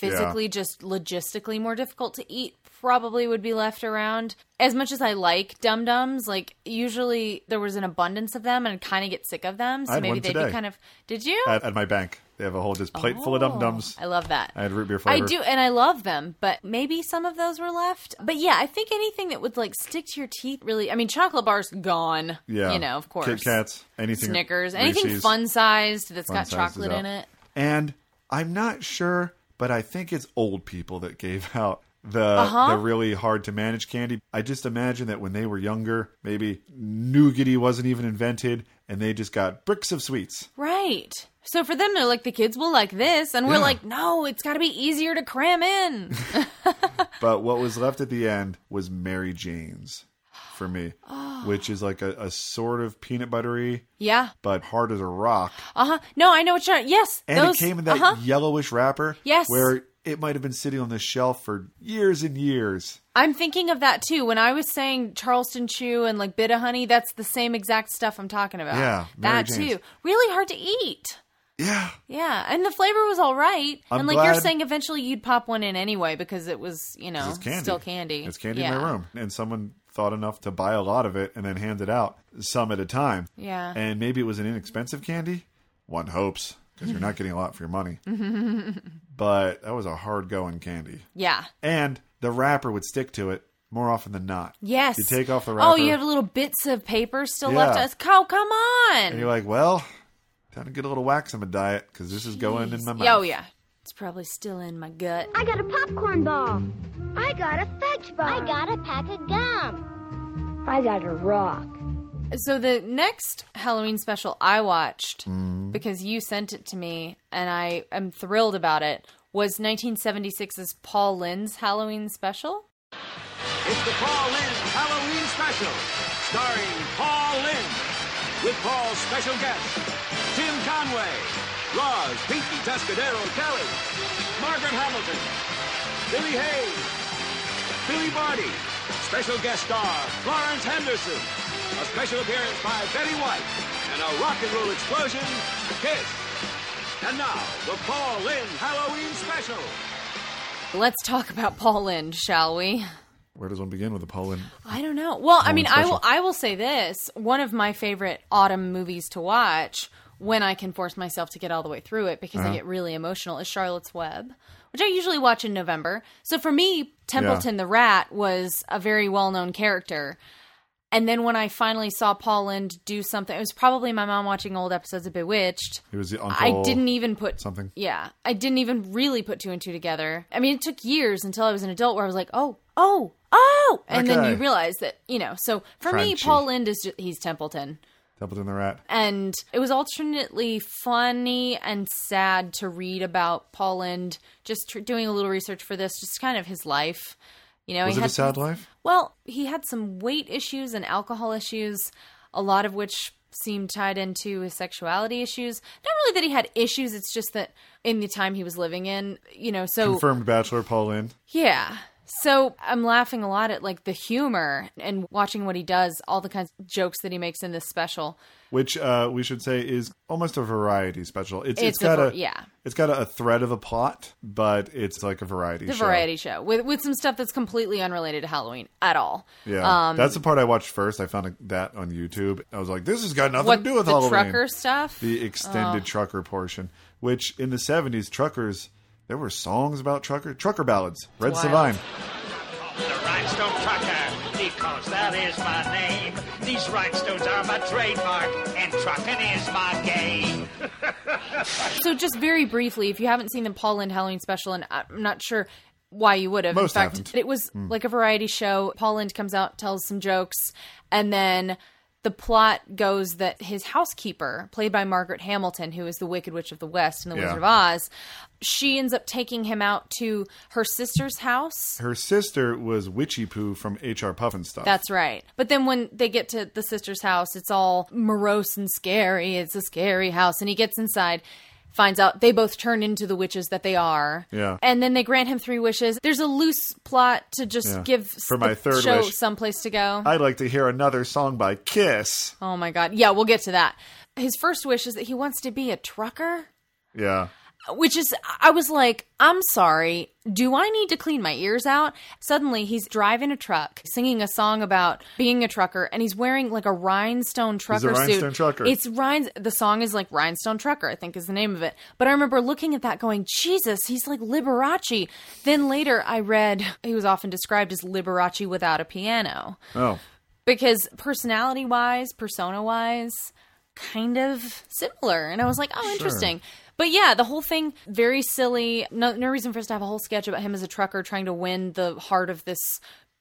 Speaker 9: physically, just logistically more difficult to eat, probably would be left around. As much as I like Dum Dums, like usually there was an abundance of them and I'd kind of get sick of them.
Speaker 8: I
Speaker 9: So
Speaker 8: had
Speaker 9: maybe
Speaker 8: one
Speaker 9: they'd
Speaker 8: today.
Speaker 9: be kind of. Did you?
Speaker 8: At, at my bank, they have a whole just plate full of dum dums.
Speaker 9: Oh, I love that.
Speaker 8: I had root beer
Speaker 9: I
Speaker 8: flavor.
Speaker 9: do, and I love them, but maybe some of those were left. But yeah, I think anything that would like stick to your teeth really. I mean, chocolate bars gone.
Speaker 8: Yeah.
Speaker 9: you know, of course.
Speaker 8: Kit Kats, anything
Speaker 9: Snickers, anything
Speaker 8: Reese's.
Speaker 9: fun sized that's got
Speaker 8: Fun-sized is
Speaker 9: chocolate
Speaker 8: out.
Speaker 9: in it.
Speaker 8: And I'm not sure But I think it's old people that gave out the
Speaker 9: Uh-huh.
Speaker 8: the really hard to manage candy. I just imagine that when they were younger, maybe nougaty wasn't even invented, and they just got bricks of sweets.
Speaker 9: Right. So for them, they're like, the kids will like this. And we're
Speaker 8: Yeah.
Speaker 9: like, no, it's got to be easier to cram in.
Speaker 8: But what was left at the end was Mary Jane's for me, which is like a, a sort of peanut buttery,
Speaker 9: Oh. yeah.
Speaker 8: but hard as a rock.
Speaker 9: Uh huh. No, I know what you're. Yes.
Speaker 8: And
Speaker 9: those,
Speaker 8: it came in that
Speaker 9: uh-huh.
Speaker 8: yellowish wrapper.
Speaker 9: Yes.
Speaker 8: Where it might have been sitting on the shelf for years and years.
Speaker 9: I'm thinking of that too. When I was saying Charleston Chew and like Bit of Honey, that's the same exact stuff I'm talking about.
Speaker 8: Yeah, Mary
Speaker 9: That
Speaker 8: Jane's.
Speaker 9: too. Really hard to eat.
Speaker 8: Yeah.
Speaker 9: Yeah. And the flavor was all right.
Speaker 8: I'm
Speaker 9: and like you're
Speaker 8: glad-
Speaker 9: saying, eventually you'd pop one in anyway because it was, you know,
Speaker 8: It's candy.
Speaker 9: still candy.
Speaker 8: It's candy
Speaker 9: yeah.
Speaker 8: in my room. And someone thought enough to buy a lot of it and then hand it out, some at a time.
Speaker 9: Yeah.
Speaker 8: And maybe it was an inexpensive candy. One hopes, because you're not getting a lot for your money. But that was a hard going candy.
Speaker 9: yeah.
Speaker 8: And the wrapper would stick to it more often than not.
Speaker 9: Yes.
Speaker 8: You take off the wrapper.
Speaker 9: Oh, you have little bits of paper still
Speaker 8: Yeah.
Speaker 9: left. Us. Oh, come on.
Speaker 8: And you're like, well, time to get a little wax on my diet because this is going in my mouth.
Speaker 9: Yeah, Oh yeah. It's probably still in my gut.
Speaker 11: I got a popcorn ball. I got a fetch ball. I got a pack of gum. I got a rock.
Speaker 9: So the next Halloween special I watched because you sent it to me and I am thrilled about it was 1976's Paul Lynn's Halloween special.
Speaker 12: It's the Paul Lynn Halloween Special, starring Paul Lynn, with Paul's special guests, Tim Conway, Roz, Pinky Tuscadero Kelly, Margaret Hamilton, Billy Hayes, Billy Barty, special guest star Florence Henderson, a special appearance by Betty White, and a rock and roll explosion, Kiss. And now, the Paul Lynn Halloween Special.
Speaker 9: Let's talk about Paul Lynn, shall we?
Speaker 8: Where does one begin with a Poland?
Speaker 9: I don't know. Well, I
Speaker 8: Halloween
Speaker 9: mean, I will.
Speaker 8: special.
Speaker 9: I will say this: one of my favorite autumn movies to watch when I can force myself to get all the way through it because I
Speaker 13: Uh-huh.
Speaker 9: get really emotional is Charlotte's Web, which I usually watch in November. So for me, Templeton the Rat was a very well-known character. And then when I finally saw Paul Lind do something, it was probably my mom watching old episodes of Bewitched.
Speaker 8: It was the
Speaker 9: I
Speaker 8: uncle
Speaker 9: didn't even put
Speaker 8: something.
Speaker 9: Yeah, I didn't even really put two and two together. I mean, it took years until I was an adult where I was like, oh, oh, oh, and then
Speaker 8: Okay.
Speaker 9: you realize that you know. So for me,
Speaker 8: Crunchy.
Speaker 9: Paul Lind is just, he's Templeton,
Speaker 8: Templeton the Rat.
Speaker 9: and it was alternately funny and sad to read about Paul Lind. Just tr- doing a little research for this, just kind of his life. Oh, You know,
Speaker 8: was
Speaker 9: he
Speaker 8: it a
Speaker 9: had-
Speaker 8: sad life?
Speaker 9: well, he had some weight issues and alcohol issues, a lot of which seemed tied into his sexuality issues. Not really that he had issues, it's just that in the time he was living in, you know, so
Speaker 8: Confirmed bachelor Paul Lind.
Speaker 9: yeah. So I'm laughing a lot at like the humor and watching what he does, all the kinds of jokes that he makes in this special.
Speaker 8: which uh, we should say is almost a variety special. It's
Speaker 9: It's
Speaker 8: it's got
Speaker 9: a
Speaker 8: a,
Speaker 9: var- yeah.
Speaker 8: it's got a, a thread of a plot, but it's like a variety
Speaker 9: The
Speaker 8: show.
Speaker 9: variety show with with some stuff that's completely unrelated to Halloween at all.
Speaker 8: Yeah,
Speaker 9: um,
Speaker 8: that's the part I watched first. I found that on YouTube. I was like, this has got nothing
Speaker 9: what,
Speaker 8: to do with
Speaker 9: the
Speaker 8: Halloween.
Speaker 9: trucker stuff.
Speaker 8: The extended
Speaker 9: Oh.
Speaker 8: trucker portion, which in the seventies truckers. There were songs about trucker trucker ballads. Red
Speaker 14: Wild.
Speaker 8: Savine.
Speaker 14: The rhinestone trucker, because that is my name. These rhinestones are my trademark, and trucking is my game.
Speaker 9: So, just very briefly, if you haven't seen the Paul Lynde Halloween special, and I'm not sure why you would have.
Speaker 13: Most
Speaker 9: In fact,
Speaker 13: haven't.
Speaker 9: it was
Speaker 13: Hmm.
Speaker 9: like a variety show. Paul Lynde comes out, tells some jokes, and then the plot goes that his housekeeper, played by Margaret Hamilton, who is the Wicked Witch of the West in The
Speaker 8: Yeah.
Speaker 9: Wizard of Oz, she ends up taking him out to her sister's house.
Speaker 8: Her sister was Witchy Poo from HR Puffin stuff.
Speaker 9: That's right. But then when they get to the sister's house, it's all morose and scary. It's a scary house. And he gets inside, finds out they both turn into the witches that they are.
Speaker 8: Yeah.
Speaker 9: And then they grant him three wishes. There's a loose plot to just
Speaker 8: Yeah.
Speaker 9: give
Speaker 8: For
Speaker 9: the
Speaker 8: my third
Speaker 9: show
Speaker 8: wish-
Speaker 9: someplace to go.
Speaker 8: I'd like to hear another song by Kiss.
Speaker 9: oh my God. Yeah, we'll get to that. His first wish is that he wants to be a trucker.
Speaker 8: Yeah.
Speaker 9: which is I was like, I'm sorry, do I need to clean my ears out? Suddenly he's driving a truck, singing a song about being a trucker, and he's wearing like a rhinestone trucker
Speaker 8: rhinestone
Speaker 9: suit.
Speaker 8: trucker.
Speaker 9: It's rhine the song is like Rhinestone Trucker, I think is the name of it. But I remember looking at that going, Jesus, he's like Liberace. Then later I read he was often described as Liberace without a piano.
Speaker 8: Oh.
Speaker 9: Because personality wise, persona wise, kind of similar. And I was like, oh,
Speaker 13: Sure.
Speaker 9: interesting. But yeah, the whole thing very silly. No, no reason for us to have a whole sketch about him as a trucker trying to win the heart of this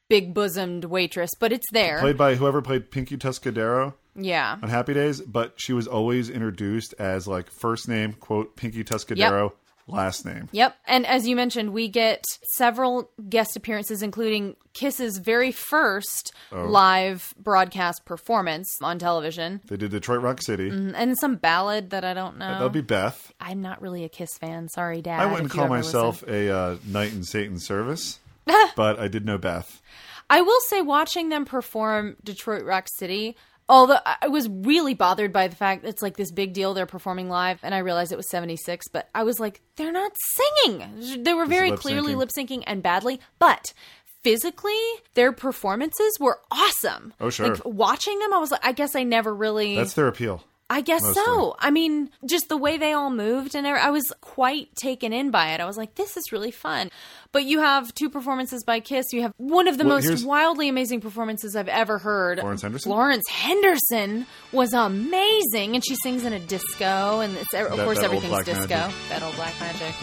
Speaker 9: big bosomed waitress. But it's there.
Speaker 8: Played by whoever played Pinky Tuscadero
Speaker 9: yeah.
Speaker 8: on Happy Days, but she was always introduced as like first name, quote, Pinky Tuscadero, last name.
Speaker 9: Yep. And as you mentioned, we get several guest appearances, including Kiss's very first
Speaker 8: Oh.
Speaker 9: live broadcast performance on television.
Speaker 8: They did Detroit Rock City.
Speaker 9: Mm, And some ballad that I don't know.
Speaker 8: That would be Beth.
Speaker 9: I'm not really a Kiss fan. Sorry, Dad.
Speaker 8: I wouldn't
Speaker 9: if you
Speaker 8: call
Speaker 9: ever
Speaker 8: myself
Speaker 9: listen.
Speaker 8: a uh, knight in Satan's service, but I did know Beth.
Speaker 9: I will say, watching them perform Detroit Rock City, although I I was really bothered by the fact it's like this big deal they're performing live, and I realized it was 76, but I was like, they're not singing. They were
Speaker 13: It's
Speaker 9: very
Speaker 13: lip
Speaker 9: clearly
Speaker 13: syncing.
Speaker 9: lip syncing and badly, but. Physically, their performances were awesome.
Speaker 8: Oh, sure.
Speaker 9: Like watching them, I was like, I guess I never really.
Speaker 8: That's their appeal.
Speaker 9: I guess
Speaker 8: Mostly.
Speaker 9: so. I mean, just the way they all moved and every- I was quite taken in by it. I was like, this is really fun. But you have two performances by Kiss. You have one of the
Speaker 8: Well,
Speaker 9: most
Speaker 8: here's-
Speaker 9: wildly amazing performances I've ever heard.
Speaker 8: Lawrence Henderson?
Speaker 9: Lawrence Henderson was amazing and she sings in a disco and it's of
Speaker 8: That-
Speaker 9: course
Speaker 8: that old
Speaker 9: everything's
Speaker 8: black
Speaker 9: disco.
Speaker 8: magic.
Speaker 9: That old black magic.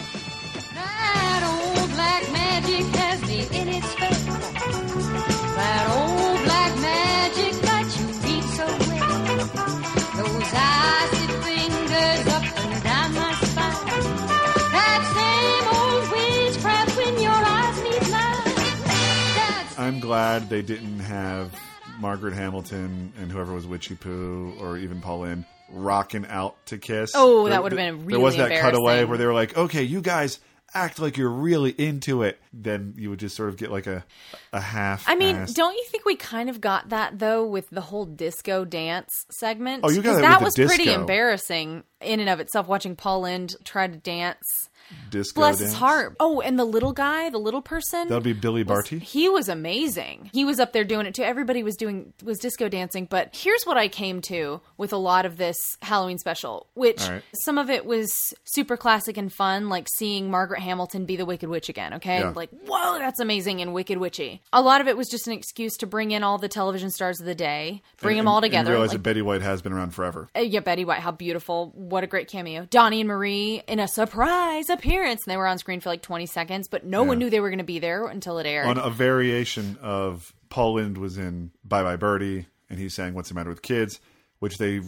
Speaker 15: That old black magic has me in its face. That old black magic that you beat so well. Those icy fingers up and down my spine. That same old witchcraft when your eyes meet mine. That
Speaker 8: I'm glad they didn't have Margaret Hamilton and whoever was Witchy Poo or even Pauline rocking out to kiss.
Speaker 9: Oh, that
Speaker 8: There-
Speaker 9: would've been
Speaker 8: There was
Speaker 9: really
Speaker 8: that cutaway
Speaker 9: embarrassing.
Speaker 8: where they were like, okay, you guys act like you're really into it. Then you would just sort of get like a, a half.
Speaker 9: I mean, don't you think we kind of got that though with the whole disco dance segment?
Speaker 8: Oh, you got
Speaker 9: 'Cause
Speaker 8: it
Speaker 9: that
Speaker 8: with
Speaker 9: was
Speaker 8: the
Speaker 9: pretty
Speaker 8: disco.
Speaker 9: embarrassing in and of itself. Watching Paul Lind try to dance,
Speaker 8: Disco
Speaker 9: bless
Speaker 8: dance.
Speaker 9: his heart. Oh, and the little guy, the little person,
Speaker 8: That would be Billy Barty.
Speaker 9: he was amazing. He was up there doing it too. Everybody was doing was disco dancing. But here's what I came to with a lot of this Halloween special, which
Speaker 13: All right.
Speaker 9: some of it was super classic and fun, like seeing Margaret Hamilton be the Wicked Witch again. Okay,
Speaker 13: Yeah.
Speaker 9: like whoa, that's amazing and Wicked Witchy. A lot of it was just an excuse to bring in all the television stars of the day, bring
Speaker 8: And-
Speaker 9: them all
Speaker 8: and- and
Speaker 9: together.
Speaker 8: realize
Speaker 9: like-
Speaker 8: that Betty White has been around forever.
Speaker 9: uh, yeah, Betty White, how beautiful. What a great cameo. Donnie and Marie in a surprise appearance. And they were on screen for like 20 seconds, but no one
Speaker 8: Yeah.
Speaker 9: knew they were going to be there until it aired.
Speaker 8: on a variation of Paul Lind was in Bye Bye Birdie, and he sang "What's the Matter with Kids," which they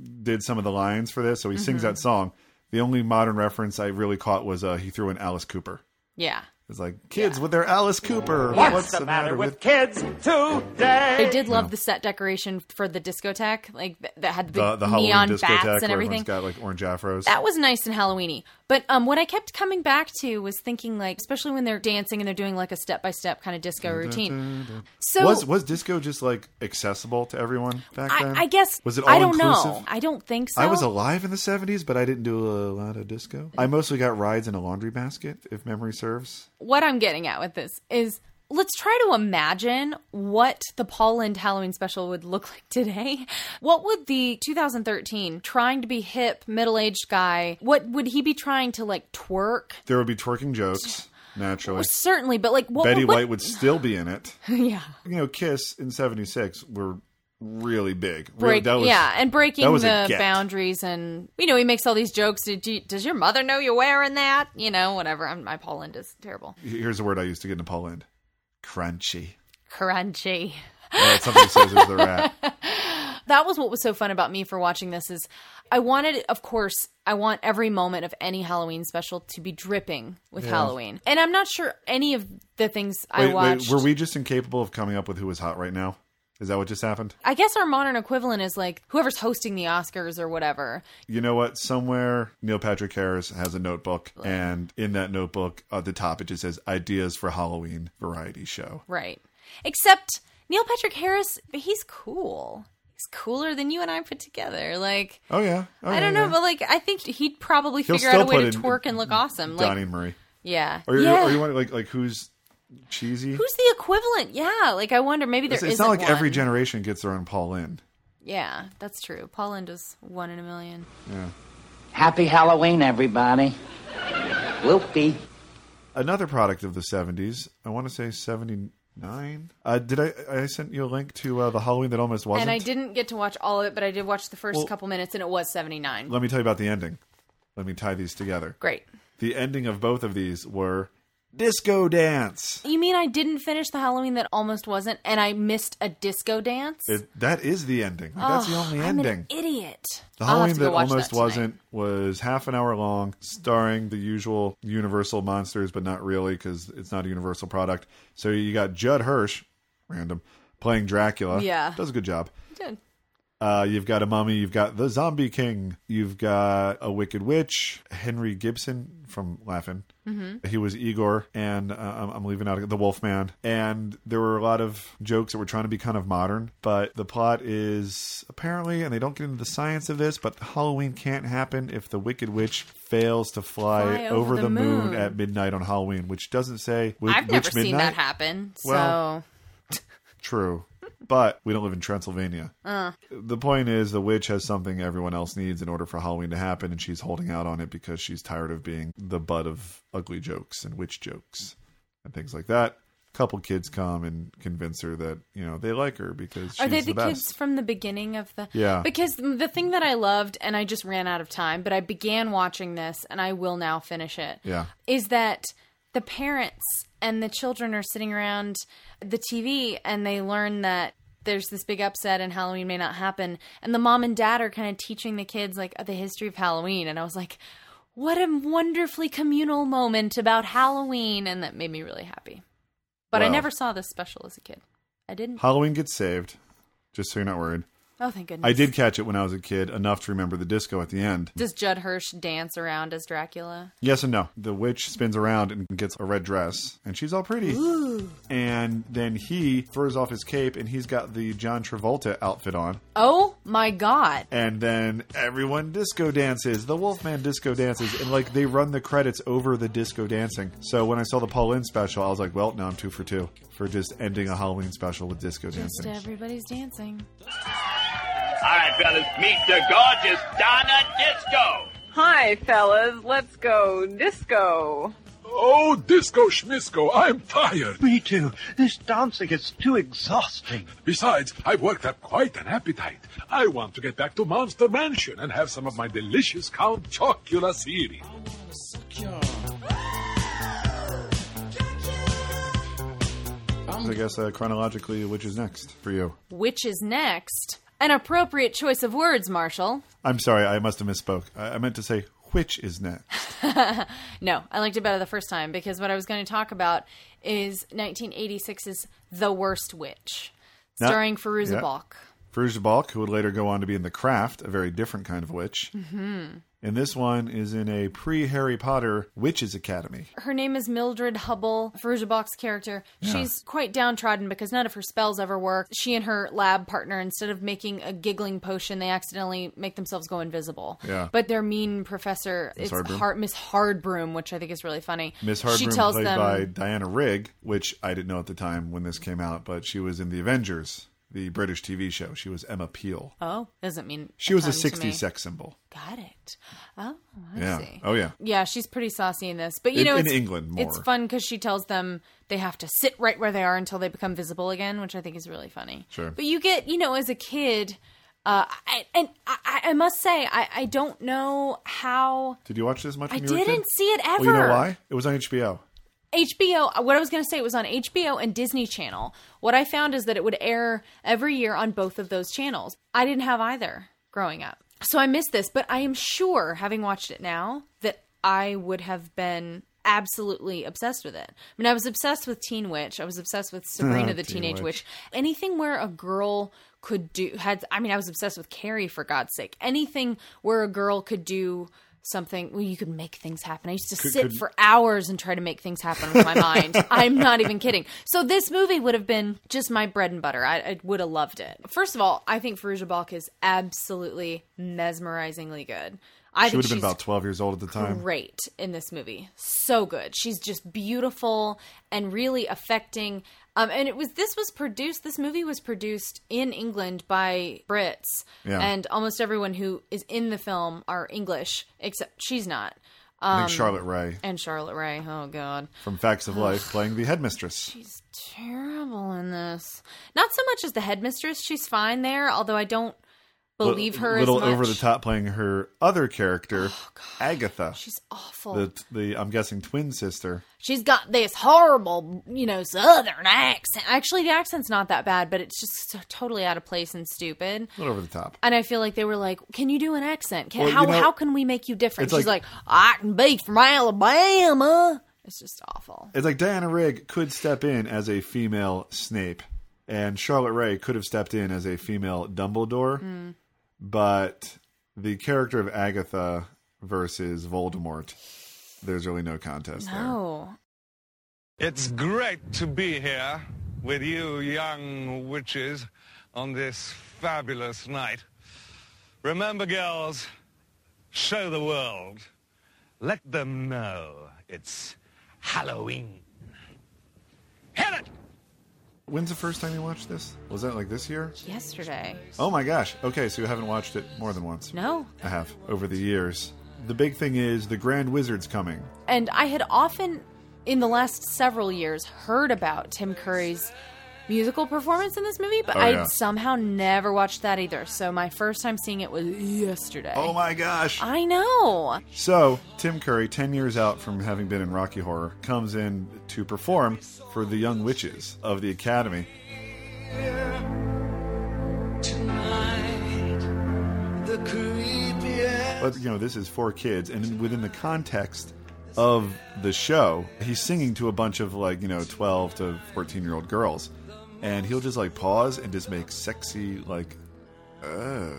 Speaker 8: redid some of the lines for this. So he sings
Speaker 9: Mhm.
Speaker 8: that song. The only modern reference I really caught was uh, he threw in Alice Cooper.
Speaker 9: yeah.
Speaker 8: It's like kids with their Alice Cooper.
Speaker 9: What's the
Speaker 12: matter with kids today?
Speaker 9: They did love the set decoration for the discotheque, like th- that had
Speaker 8: the,
Speaker 9: the,
Speaker 8: the
Speaker 9: neon
Speaker 8: Halloween discotheque
Speaker 9: bats and
Speaker 8: where
Speaker 9: everything.
Speaker 8: everyone's got like orange afros?
Speaker 9: That was nice and Halloweeny. But um, what I kept coming back to was thinking, like, especially when they're dancing and they're doing like a step by step kind of disco routine. So
Speaker 8: was was disco just like accessible to everyone back then?
Speaker 9: I, I guess
Speaker 8: was it all
Speaker 9: I don't know.
Speaker 8: inclusive?
Speaker 9: I don't think so.
Speaker 8: I was alive in the 70s, but I didn't do a lot of disco. I mostly got rides in a laundry basket, if memory serves.
Speaker 9: what I'm getting at with this is let's try to imagine what the Paul Lind Halloween special would look like today. What would the 2013 trying to be hip middle aged guy? What would he be trying to like twerk?
Speaker 8: There would be twerking jokes, naturally.
Speaker 9: Well, certainly, but like what
Speaker 8: Betty
Speaker 9: what-
Speaker 8: White would still be in it.
Speaker 9: yeah.
Speaker 8: You know, Kiss in 76 were really big. Really-
Speaker 9: Break,
Speaker 8: that was-
Speaker 9: yeah, and breaking
Speaker 8: that was a
Speaker 9: the
Speaker 8: get.
Speaker 9: boundaries, and you know he makes all these jokes. Did you, does your mother know you're wearing that? You know, whatever. I'm, my Paul Lind is terrible.
Speaker 8: Here's a word I used to get into Poland crunchy.
Speaker 9: Crunchy.
Speaker 8: Oh, it's something he says is the rat.
Speaker 9: that was what was so fun about me for watching this is I wanted of course I want every moment of any Halloween special to be dripping with
Speaker 8: Yeah.
Speaker 9: Halloween. And I'm not sure any of the things I
Speaker 8: Wait,
Speaker 9: watched
Speaker 8: wait, were we just incapable of coming up with who was hot right now? Is that what just happened?
Speaker 9: I guess our modern equivalent is like whoever's hosting the Oscars or whatever.
Speaker 8: You know what? Somewhere Neil Patrick Harris has a notebook, and in that notebook, at the top, it just says "Ideas for Halloween Variety Show."
Speaker 9: Right. Except Neil Patrick Harris, he's cool. He's cooler than you and I put together. Like
Speaker 8: Oh yeah, oh,
Speaker 9: I
Speaker 8: yeah,
Speaker 9: don't know,
Speaker 8: yeah.
Speaker 9: but like I think he'd probably
Speaker 8: He'll
Speaker 9: figure out a
Speaker 8: still
Speaker 9: way
Speaker 8: put
Speaker 9: to
Speaker 8: in
Speaker 9: twerk and look awesome. Like
Speaker 8: Donnie Murray.
Speaker 9: Yeah.
Speaker 8: Or, you
Speaker 9: yeah.
Speaker 8: or you want like like who's cheesy?
Speaker 9: Who's the equivalent? Yeah, like I wonder maybe there
Speaker 8: it's,
Speaker 9: is
Speaker 8: it's not like
Speaker 9: one.
Speaker 8: every generation gets their own Paul Lynde.
Speaker 9: Yeah, that's true. Paul Lind is one in a million.
Speaker 8: Yeah.
Speaker 16: Happy Halloween, everybody. Loopy.
Speaker 8: Another product of the seventies. I want to say seventy nine. Uh, did I? I sent you a link to uh, the Halloween that almost
Speaker 9: And
Speaker 8: wasn't.
Speaker 9: I didn't get to watch all of it, but I did watch the first
Speaker 8: Well-
Speaker 9: couple minutes, and it was seventy nine.
Speaker 8: Let me tell you about the ending. Let me tie these together.
Speaker 9: Great.
Speaker 8: The ending of both of these were disco dance.
Speaker 9: You mean I didn't finish the Halloween that almost wasn't, and I missed a disco dance?
Speaker 8: It, that is the ending. That's the
Speaker 9: Oh,
Speaker 8: only
Speaker 9: I'm an
Speaker 8: ending.
Speaker 9: idiot.
Speaker 8: The
Speaker 9: I'll have
Speaker 8: Halloween
Speaker 9: to go
Speaker 8: that
Speaker 9: watch
Speaker 8: almost
Speaker 9: that tonight.
Speaker 8: wasn't was half an hour long, starring the usual Universal monsters, but not really because it's not a Universal product. So you got Judd Hirsch, random, playing Dracula.
Speaker 9: Yeah.
Speaker 8: does a good job.
Speaker 9: Dude.
Speaker 8: Uh, you've got a mummy. You've got the Zombie King. You've got a Wicked Witch. Henry Gibson from Laughing.
Speaker 7: Mhm.
Speaker 9: Mm-hmm.
Speaker 8: He was Igor, and uh, I'm- I'm leaving out the Wolfman. And there were a lot of jokes that were trying to be kind of modern, but the plot is apparently, and they don't get into the science of this, but Halloween can't happen if the Wicked Witch fails to fly,
Speaker 9: Fly
Speaker 8: over, the, moon.
Speaker 9: moon.
Speaker 8: at midnight on Halloween, which doesn't say. whi-
Speaker 9: I've never
Speaker 8: which
Speaker 9: seen
Speaker 8: midnight.
Speaker 9: that happen. So,
Speaker 8: Well, True, but we don't live in Transylvania.
Speaker 9: uh,
Speaker 8: The point is, the witch has something everyone else needs in order for Halloween to happen, and she's holding out on it because she's tired of being the butt of ugly jokes and witch jokes and things like that. A couple kids come and convince her that you know they like her because she's
Speaker 9: are they the,
Speaker 8: best.
Speaker 9: kids from the beginning of the?
Speaker 8: Yeah.
Speaker 9: Because the thing that I loved, and I just ran out of time, but I began watching this, and I will now finish it.
Speaker 7: Yeah.
Speaker 9: is that the parents and the children are sitting around the TV and they learn that there's this big upset and Halloween may not happen. And the mom and dad are kind of teaching the kids like the history of Halloween. And I was like, what a wonderfully communal moment about Halloween. And that made me really happy. But I
Speaker 8: Wow.
Speaker 9: never saw this special as a kid. I didn't.
Speaker 8: Halloween gets saved, just so you're not worried.
Speaker 9: Oh, thank goodness.
Speaker 8: I did catch it when I was a kid enough to remember the disco at the end.
Speaker 9: Does Judd Hirsch dance around as Dracula?
Speaker 8: Yes and no. The witch spins around and gets a red dress, and she's all pretty.
Speaker 9: Ooh.
Speaker 8: And then he throws off his cape, and he's got the John Travolta outfit on.
Speaker 9: Oh my God.
Speaker 8: And then everyone disco dances. The Wolfman disco dances, and like they run the credits over the disco dancing. So when I saw the Paul Lynn special, I was like, "Well, now I'm two for two for just ending a Halloween special with disco
Speaker 9: Just
Speaker 8: dancing."
Speaker 9: everybody's dancing.
Speaker 13: All right, fellas, meet the gorgeous Donna Disco.
Speaker 17: Hi, fellas. Let's go disco.
Speaker 18: Oh, Disco Schmisco, I'm tired.
Speaker 19: Me too. This dancing is too exhausting.
Speaker 18: Besides, I've worked up quite an appetite. I want to get back to Monster Mansion and have some of my delicious Count Chocula cereal.
Speaker 8: So I guess uh, chronologically, which is next for you?
Speaker 9: Which is next? An appropriate choice of words, Marshall.
Speaker 8: I'm sorry, I must have misspoke. I, I meant to say which is next.
Speaker 9: no, I liked it better the first time because what I was going to talk about is 1986's The Worst Witch,
Speaker 8: Now-
Speaker 9: starring Firuza
Speaker 8: yeah.
Speaker 9: Balk.
Speaker 8: Firuza Balk, who would later go on to be in The Craft, a very different kind of witch.
Speaker 9: hmm
Speaker 8: And this one is in a pre Harry Potter Witches Academy.
Speaker 9: Her name is Mildred Hubble, Firuza Balk's character.
Speaker 8: Yeah.
Speaker 9: She's quite downtrodden because none of her spells ever work. She and her lab partner, instead of making a giggling potion, they accidentally make themselves go invisible.
Speaker 8: Yeah.
Speaker 9: But their mean professor,
Speaker 8: Miss
Speaker 9: it's
Speaker 8: Hardbroom?
Speaker 9: Har- Miss Hardbroom, which I think is really funny.
Speaker 8: Miss
Speaker 9: she
Speaker 8: Hardbroom,
Speaker 9: tells
Speaker 8: played
Speaker 9: them,
Speaker 8: by Diana Rigg, which I didn't know at the time when this came out, but she was in The Avengers, the British TV show. She was Emma Peel.
Speaker 9: "Oh, doesn't mean
Speaker 8: She was a
Speaker 9: ton to me."
Speaker 8: 60s sex symbol.
Speaker 9: Got it. Oh, I
Speaker 8: yeah.
Speaker 9: see.
Speaker 8: Oh, yeah.
Speaker 9: Yeah, she's pretty saucy in this, but you
Speaker 8: In-
Speaker 9: know,
Speaker 8: in
Speaker 9: it's,
Speaker 8: England more.
Speaker 9: it's fun because she tells them they have to sit right where they are until they become visible again, which I think is really funny.
Speaker 7: Sure.
Speaker 9: But you get, you know, as a kid, uh, I, and I, I- I must say, I, I don't know how
Speaker 8: Did you watch this much?
Speaker 9: I
Speaker 8: When you were a kid?
Speaker 9: didn't see it ever.
Speaker 8: Well, you know why? It was on HBO.
Speaker 9: HBO, what I was going to say, it was on HBO and Disney Channel. What I found is that it would air every year on both of those channels. I didn't have either growing up. So I missed this, but I am sure, having watched it now, that I would have been absolutely obsessed with it. I mean, I was obsessed with Teen Witch, I was obsessed with Sabrina the
Speaker 7: Ah, Teen
Speaker 9: Teenage
Speaker 7: Witch.
Speaker 9: Witch. Anything where a girl could do, had, I mean, I was obsessed with Carrie, for God's sake. Anything where a girl could do. Something well, you could make things happen. I used to
Speaker 7: Could-
Speaker 9: sit
Speaker 7: could-
Speaker 9: for hours and try to make things happen with my mind. I'm not even kidding. So this movie would have been just my bread and butter. I, I would have loved it. First of all, I think Faruja Balk is absolutely mesmerizingly good. I
Speaker 8: she
Speaker 9: think
Speaker 8: would have
Speaker 9: she's
Speaker 8: been about 12 years old at the time.
Speaker 9: great in this movie. So good. She's just beautiful and really affecting. Um, and it was this was produced. This movie was produced in England by Brits,
Speaker 7: Yeah.
Speaker 9: and almost everyone who is in the film are English, except she's not.
Speaker 8: I
Speaker 9: um,
Speaker 8: think Charlotte Ray.
Speaker 9: and Charlotte Ray. Oh God,
Speaker 8: From Facts of Life, playing the headmistress.
Speaker 9: terrible in this. Not so much as the headmistress. She's fine there, although I don't. believe her as
Speaker 8: little
Speaker 9: much. Oh,
Speaker 8: over the top playing her other character agatha she's
Speaker 9: awful.
Speaker 8: the, the i'm guessing twin sister
Speaker 9: She's got this horrible, you know, southern accent. Actually, the accent's not that bad, but it's just so totally out of place and stupid.
Speaker 8: a little over the top
Speaker 9: And I feel like they were like, "Can you do an accent? Can,
Speaker 8: Well,
Speaker 9: how
Speaker 8: you know,
Speaker 9: how can we make you different?"
Speaker 8: it's
Speaker 9: She's
Speaker 8: like-
Speaker 9: like, "I can be from Alabama." It's just awful.
Speaker 8: it's like diana rigg could step in as a female snape and charlotte ray could have stepped in as a female dumbledore
Speaker 9: Hmm.
Speaker 8: but the character of agatha versus voldemort there's really no contest there
Speaker 9: No,
Speaker 20: It's great to be here with you young witches on this fabulous night. Remember, girls, show the world. Let them know it's Halloween.
Speaker 8: when's the first time you watched this was that like this year
Speaker 9: yesterday.
Speaker 8: Oh my gosh. Okay, so you haven't watched it more than once.
Speaker 9: No.
Speaker 8: I have over the years. The big thing is the Grand Wizard's coming.
Speaker 9: And I had often, in the last several years, heard about Tim Curry's musical performance in this movie, but
Speaker 8: Oh,
Speaker 9: I
Speaker 8: yeah.
Speaker 9: somehow never watched that either. So my first time seeing it was yesterday.
Speaker 8: Oh my gosh.
Speaker 9: I know.
Speaker 8: So, Tim Curry, 10 years out from having been in Rocky Horror, comes in to perform for the Young Witches of the Academy.
Speaker 7: The creepiest.
Speaker 8: But, you know, this is for kids, and within the context of the show, he's singing to a bunch of, like, you know, 12 to 14 year old girls. And he'll just, like, pause and just make sexy, like, uh.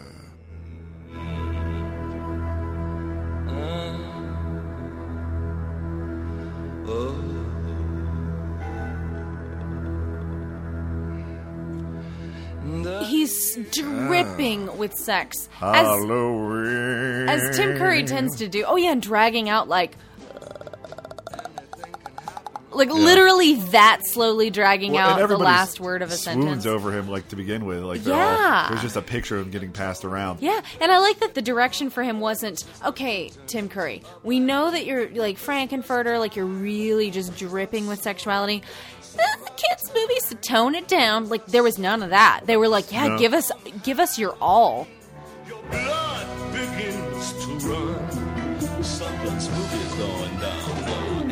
Speaker 9: He's
Speaker 8: Ah.
Speaker 9: dripping with sex. As,
Speaker 8: Halloween.
Speaker 9: as Tim Curry tends to do. Oh, yeah, and dragging out like. Like literally that slowly dragging
Speaker 8: Well, and
Speaker 9: out the
Speaker 8: everybody
Speaker 9: last word of a
Speaker 8: swoons
Speaker 9: sentence.
Speaker 8: over him like to begin with. Like they're
Speaker 9: Yeah.
Speaker 8: all, there's just a picture of him getting passed around.
Speaker 9: Yeah, and I like that the direction for him wasn't okay, Tim Curry. We know that you're like Frankenfurter, like you're really just dripping with sexuality. This is a kids' movie, so tone it down. Like there was none of that. They were like, yeah,
Speaker 7: No.
Speaker 9: give us, give us your all.
Speaker 7: begins to run. Something spooky's going down.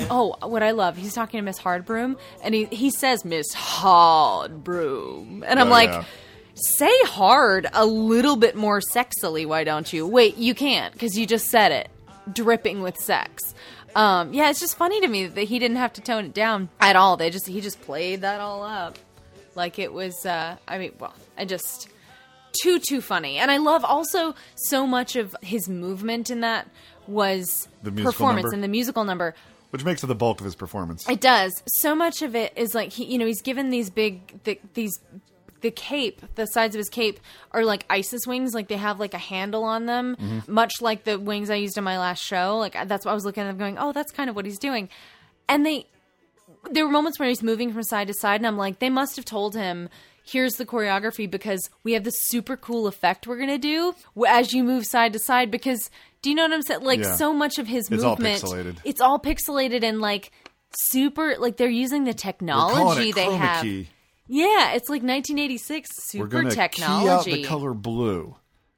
Speaker 9: Oh, what I love, he's talking to Miss Hardbroom, and he he says Miss Hardbroom, and I'm
Speaker 7: Oh,
Speaker 9: like.
Speaker 7: yeah.
Speaker 9: Say hard a little bit more sexily, why don't you? Wait, you can't because you just said it, dripping with sex. Um, yeah, it's just funny to me that he didn't have to tone it down at all. They just he just played that all up like it was. Uh, I mean, well, I just too too funny, and I love also so much of his movement in that was
Speaker 8: The musical
Speaker 9: performance
Speaker 8: number?
Speaker 9: and the musical number.
Speaker 8: Which makes it the bulk of his performance.
Speaker 9: It does. So much of it is like he, you know, he's given these big, the, these, the cape, the sides of his cape are like ISIS wings, like they have like a handle on them,
Speaker 8: Mm-hmm.
Speaker 7: Mhm.
Speaker 9: much like the wings I used in my last show. Like I- that's what I was looking at them going, oh, that's kind of what he's doing. And they, there were moments where he's moving from side to side, and I'm like, they must have told him. Here's the choreography because we have this super cool effect we're gonna do w- as you move side to side. Because do you know what I'm saying? Like
Speaker 8: Yeah.
Speaker 9: so much of his
Speaker 8: It's all
Speaker 9: movement,
Speaker 8: pixelated.
Speaker 9: it's all pixelated and like super like they're using the
Speaker 8: We're calling
Speaker 9: technology
Speaker 8: it
Speaker 9: they
Speaker 8: chroma
Speaker 9: have.
Speaker 8: key.
Speaker 9: Yeah, it's like 1986
Speaker 8: We're
Speaker 9: super
Speaker 8: going to key out
Speaker 9: technology.
Speaker 8: the color blue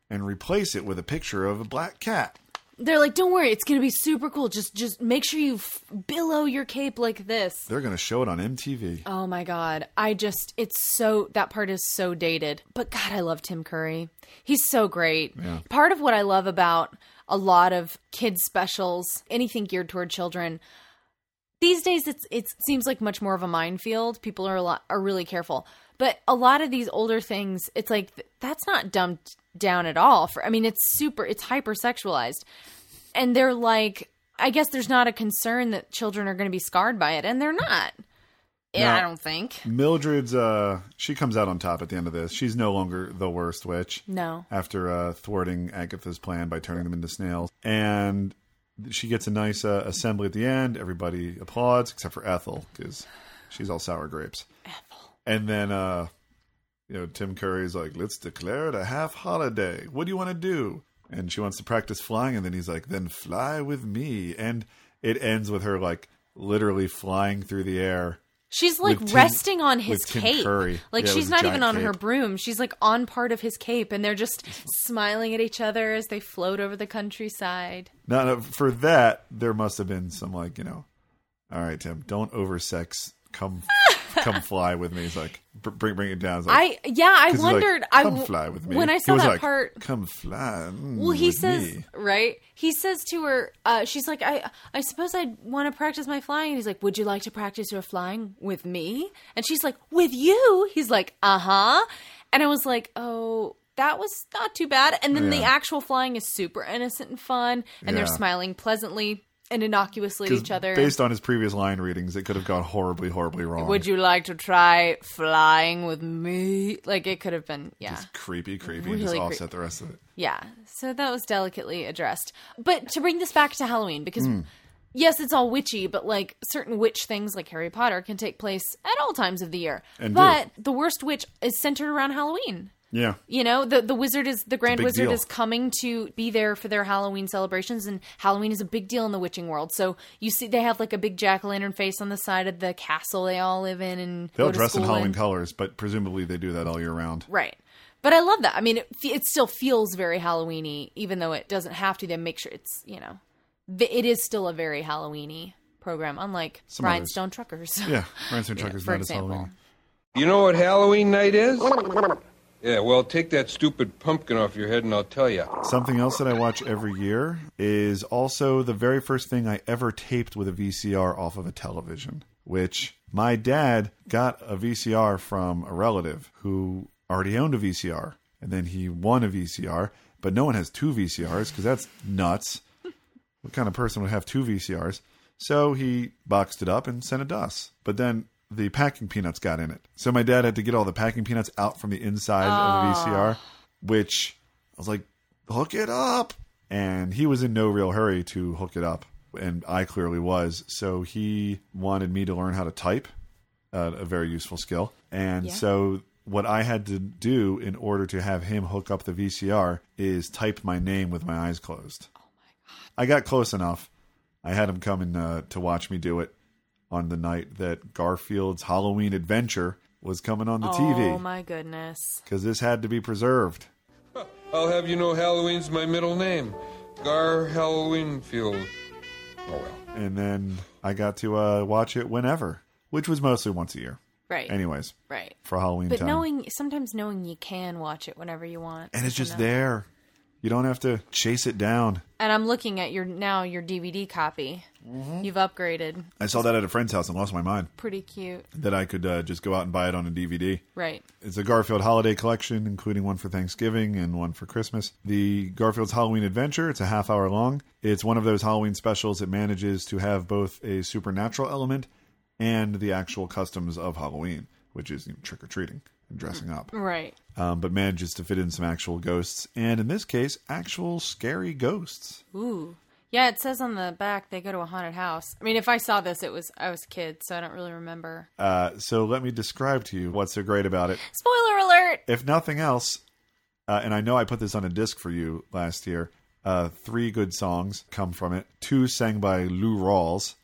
Speaker 8: and replace it with a picture of a black cat.
Speaker 9: They're like, "Don't worry, it's going to be super cool. Just just make sure you f- billow your cape like this."
Speaker 8: They're going to show it on MTV.
Speaker 9: Oh my god. I just it's so that part is so dated. But god, I love Tim Curry. He's so great.
Speaker 7: Yeah.
Speaker 9: Part of what I love about a lot of kids specials, anything geared toward children, these days it's it seems like much more of a minefield. People are a lot are really careful, but a lot of these older things, it's like th- that's not dumbed down at all. For I mean, it's super, it's hypersexualized, and they're like, I guess there's not a concern that children are going to be scarred by it, and they're not. Yeah,
Speaker 8: No.
Speaker 9: I don't think.
Speaker 8: Mildred's, uh, she comes out on top at the end of this. She's no longer the worst witch.
Speaker 9: No.
Speaker 8: After uh, thwarting Agatha's plan by turning them into snails. And she gets a nice uh, assembly at the end. Everybody applauds, except for Ethel, because she's all sour grapes. Ethel. And then, uh, you know, Tim Curry's like, let's declare it a half holiday. What do you want to do? And she wants to practice flying. And then he's like, then fly with me. And it ends with her, like, literally flying through the air
Speaker 9: She's like
Speaker 8: With Tim-
Speaker 9: resting on his
Speaker 8: with Tim
Speaker 9: cape.
Speaker 8: Curry.
Speaker 9: Like
Speaker 8: Yeah, it was
Speaker 9: she's
Speaker 8: a
Speaker 9: not
Speaker 8: giant
Speaker 9: even on
Speaker 8: cape.
Speaker 9: her broom. She's like on part of his cape and they're just smiling at each other as they float over the countryside.
Speaker 8: No, no, for that there must have been some like you know, all right, Tim, don't oversex. Come, come fly with me. He's like, br- bring bring it down. It's like-
Speaker 9: I- yeah, I
Speaker 8: 'cause he's like,
Speaker 9: wondered- I
Speaker 8: come
Speaker 9: w-
Speaker 8: fly with me.
Speaker 9: when I
Speaker 8: He
Speaker 9: saw
Speaker 8: was
Speaker 9: that
Speaker 8: like,
Speaker 9: part-
Speaker 8: Come fly. mm,
Speaker 9: Well, he
Speaker 8: with
Speaker 9: says,
Speaker 8: me."
Speaker 9: right? He says to her, uh, she's like, I, I suppose I want to practice my flying. He's like, Would you like to practice your flying with me? And she's like, With you? He's like, Uh huh. And I was like, Oh, that was not too bad. And then the
Speaker 8: Yeah.
Speaker 9: actual flying is super innocent and fun, and they're
Speaker 8: Yeah.
Speaker 9: smiling pleasantly and innocuously at
Speaker 8: 'Cause
Speaker 9: each other.
Speaker 8: Based on his previous line readings, it could have gone horribly, horribly wrong.
Speaker 9: Would you like to try flying with me? Like, it could have been, yeah.
Speaker 8: creepy, creepy, and
Speaker 9: Really
Speaker 8: just
Speaker 9: creep-
Speaker 8: offset the rest of it.
Speaker 9: Yeah, so that was delicately addressed. But to bring this back to Halloween, because
Speaker 8: Mm.
Speaker 9: yes, it's all witchy, but like certain witch things like Harry Potter can take place at all times of the year.
Speaker 8: And do.
Speaker 9: but the worst witch is centered around Halloween.
Speaker 8: Yeah,
Speaker 9: You know, the the wizard is the grand
Speaker 8: big
Speaker 9: wizard
Speaker 8: deal.
Speaker 9: is coming to be there for their Halloween celebrations, and Halloween is a big deal in the witching world. So you see, they have like a big jack o' lantern face on the side of the castle they all live in, and
Speaker 8: they'll
Speaker 9: go to
Speaker 8: dress in
Speaker 9: school
Speaker 8: Halloween colors, but presumably they do that all year round.
Speaker 9: Right. But I love that. I mean, it, fe- it still feels very Halloweeny, even though it doesn't have to. Then make sure it's you know, th- it is still a very Halloweeny program, unlike
Speaker 8: Some others.
Speaker 9: Rhinestone Truckers.
Speaker 8: Yeah, Ransom Truckers
Speaker 9: for
Speaker 8: not as
Speaker 9: example.
Speaker 8: Halloween.
Speaker 21: You know what Halloween night is? Yeah, well, take that stupid pumpkin off your head and I'll tell you.
Speaker 8: Something else that I watch every year is also the very first thing I ever taped with a VCR off of a television, which my dad got a VCR from a relative who already owned a VCR. And then he won a VCR, but no one has two VCRs because that's nuts. What kind of person would have two VCRs? So he boxed it up and sent it to us. But then the packing peanuts got in it. So my dad had to get all the packing peanuts out from the inside of the
Speaker 22: Aw.
Speaker 8: VCR, which I was like, hook it up. And he was in no real hurry to hook it up. And I clearly was. So he wanted me to learn how to type, uh, a very useful skill. And
Speaker 22: Yeah.
Speaker 8: so what I had to do in order to have him hook up the VCR is type my name with my eyes closed. I got close enough. I had him coming uh, to watch me do it on the night that Garfield's Halloween Adventure was coming on the
Speaker 9: Oh
Speaker 8: TV
Speaker 9: my goodness!
Speaker 8: because this had to be preserved.
Speaker 21: I'll have you know Halloween's my middle name. Gar Halloweenfield.
Speaker 8: And then I got to uh, watch it whenever, which was mostly once a year.
Speaker 9: Right.
Speaker 8: Anyways.
Speaker 9: Right.
Speaker 8: For Halloween
Speaker 9: But
Speaker 8: time.
Speaker 9: knowing sometimes knowing you can watch it whenever you want,
Speaker 8: and it's
Speaker 9: you
Speaker 8: just
Speaker 9: know.
Speaker 8: there. You don't have to chase it down.
Speaker 9: And I'm looking at your now your DVD copy.
Speaker 8: Mm-hmm.
Speaker 9: You've upgraded.
Speaker 8: I saw that at a friend's house and lost my mind
Speaker 9: Pretty cute,
Speaker 8: that I could uh, just go out and buy it on a DVD.
Speaker 9: right?
Speaker 8: It's a Garfield holiday collection, including one for Thanksgiving and one for Christmas. The Garfield's Halloween Adventure, it's a half hour long. It's one of those Halloween specials that manages to have both a supernatural element and the actual customs of Halloween, which is you know, trick or treating and dressing up.
Speaker 9: Right.
Speaker 8: Um, but manages to fit in some actual ghosts, and in this case, actual scary ghosts.
Speaker 9: Ooh. Yeah, it says on the back they go to a haunted house. I mean, if I saw this, it was I was a kid, so I don't really remember.
Speaker 8: Uh, so let me describe to you what's so great about it.
Speaker 9: Spoiler alert.
Speaker 8: If nothing else, uh, and I know I put this on a disc for you last year, uh, three good songs come from it. Two sang by Lou Rawls,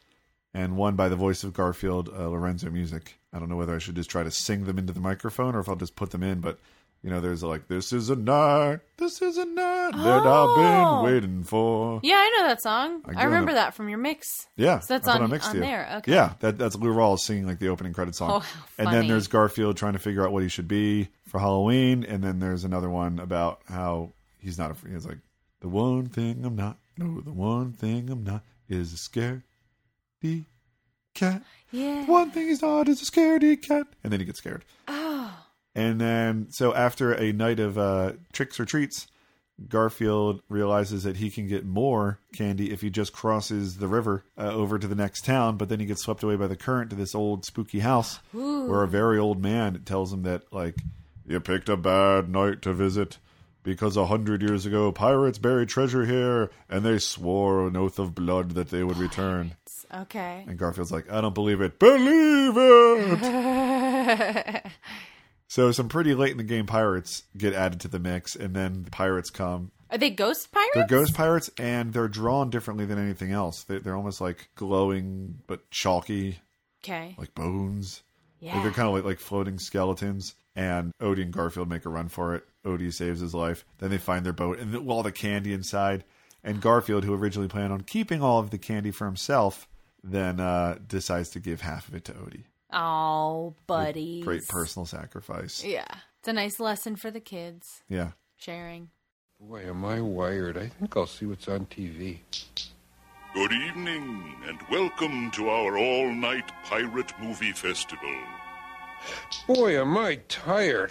Speaker 8: and one by the voice of Garfield, uh, Lorenzo Music. I don't know whether I should just try to sing them into the microphone or if I'll just put them in, but you know, there's like, this is a night This is a night. that
Speaker 9: Oh.
Speaker 8: I've been waiting for.
Speaker 9: Yeah, I know that song.
Speaker 8: I
Speaker 9: I,
Speaker 8: do
Speaker 9: remember
Speaker 8: know-
Speaker 9: that from your mix.
Speaker 8: Yeah,
Speaker 9: So that's
Speaker 8: I put
Speaker 9: on, on,
Speaker 8: Mixed to You.
Speaker 9: there. Okay.
Speaker 8: Yeah, that, that's Lou Rawls singing like the opening credit song.
Speaker 9: Oh, how
Speaker 8: And then
Speaker 9: funny.
Speaker 8: there's Garfield trying to figure out what he should be for Halloween, and then there's another one about how he's not afraid. He's like, the one thing I'm not, no, the one thing I'm not is a scaredy cat.
Speaker 9: Yeah.
Speaker 8: One thing he's not is a scaredy cat, and then he gets scared.
Speaker 9: Oh.
Speaker 8: And then, so after a night of uh, tricks or treats, Garfield realizes that he can get more candy if he just crosses the river uh, over to the next town. But then he gets swept away by the current to this old spooky house
Speaker 22: Ooh.
Speaker 8: where a very old man tells him that, like, you picked a bad night to visit because a hundred years ago pirates buried treasure here and they swore an oath of blood that they would return.
Speaker 9: Okay.
Speaker 8: And Garfield's like, I don't believe it. Believe it! So some pretty late in the game pirates get added to the mix, and then the pirates come.
Speaker 9: Are they ghost pirates?
Speaker 8: They're ghost pirates, and they're drawn differently than anything else. They, they're almost like glowing but chalky.
Speaker 9: Okay.
Speaker 8: like bones.
Speaker 9: Yeah.
Speaker 8: Like they're kind of like, like floating skeletons. And Odie and Garfield make a run for it. Odie saves his life. Then they find their boat and the, all the candy inside. And Garfield, who originally planned on keeping all of the candy for himself, then uh, decides to give half of it to Odie.
Speaker 9: Oh, buddy.
Speaker 8: Great personal sacrifice.
Speaker 9: Yeah. It's a nice lesson for the kids.
Speaker 8: Yeah.
Speaker 9: Sharing.
Speaker 21: Boy, am I wired. I think I'll see what's on TV.
Speaker 1: Good evening, and welcome to our all night pirate movie festival.
Speaker 21: Boy, am I tired.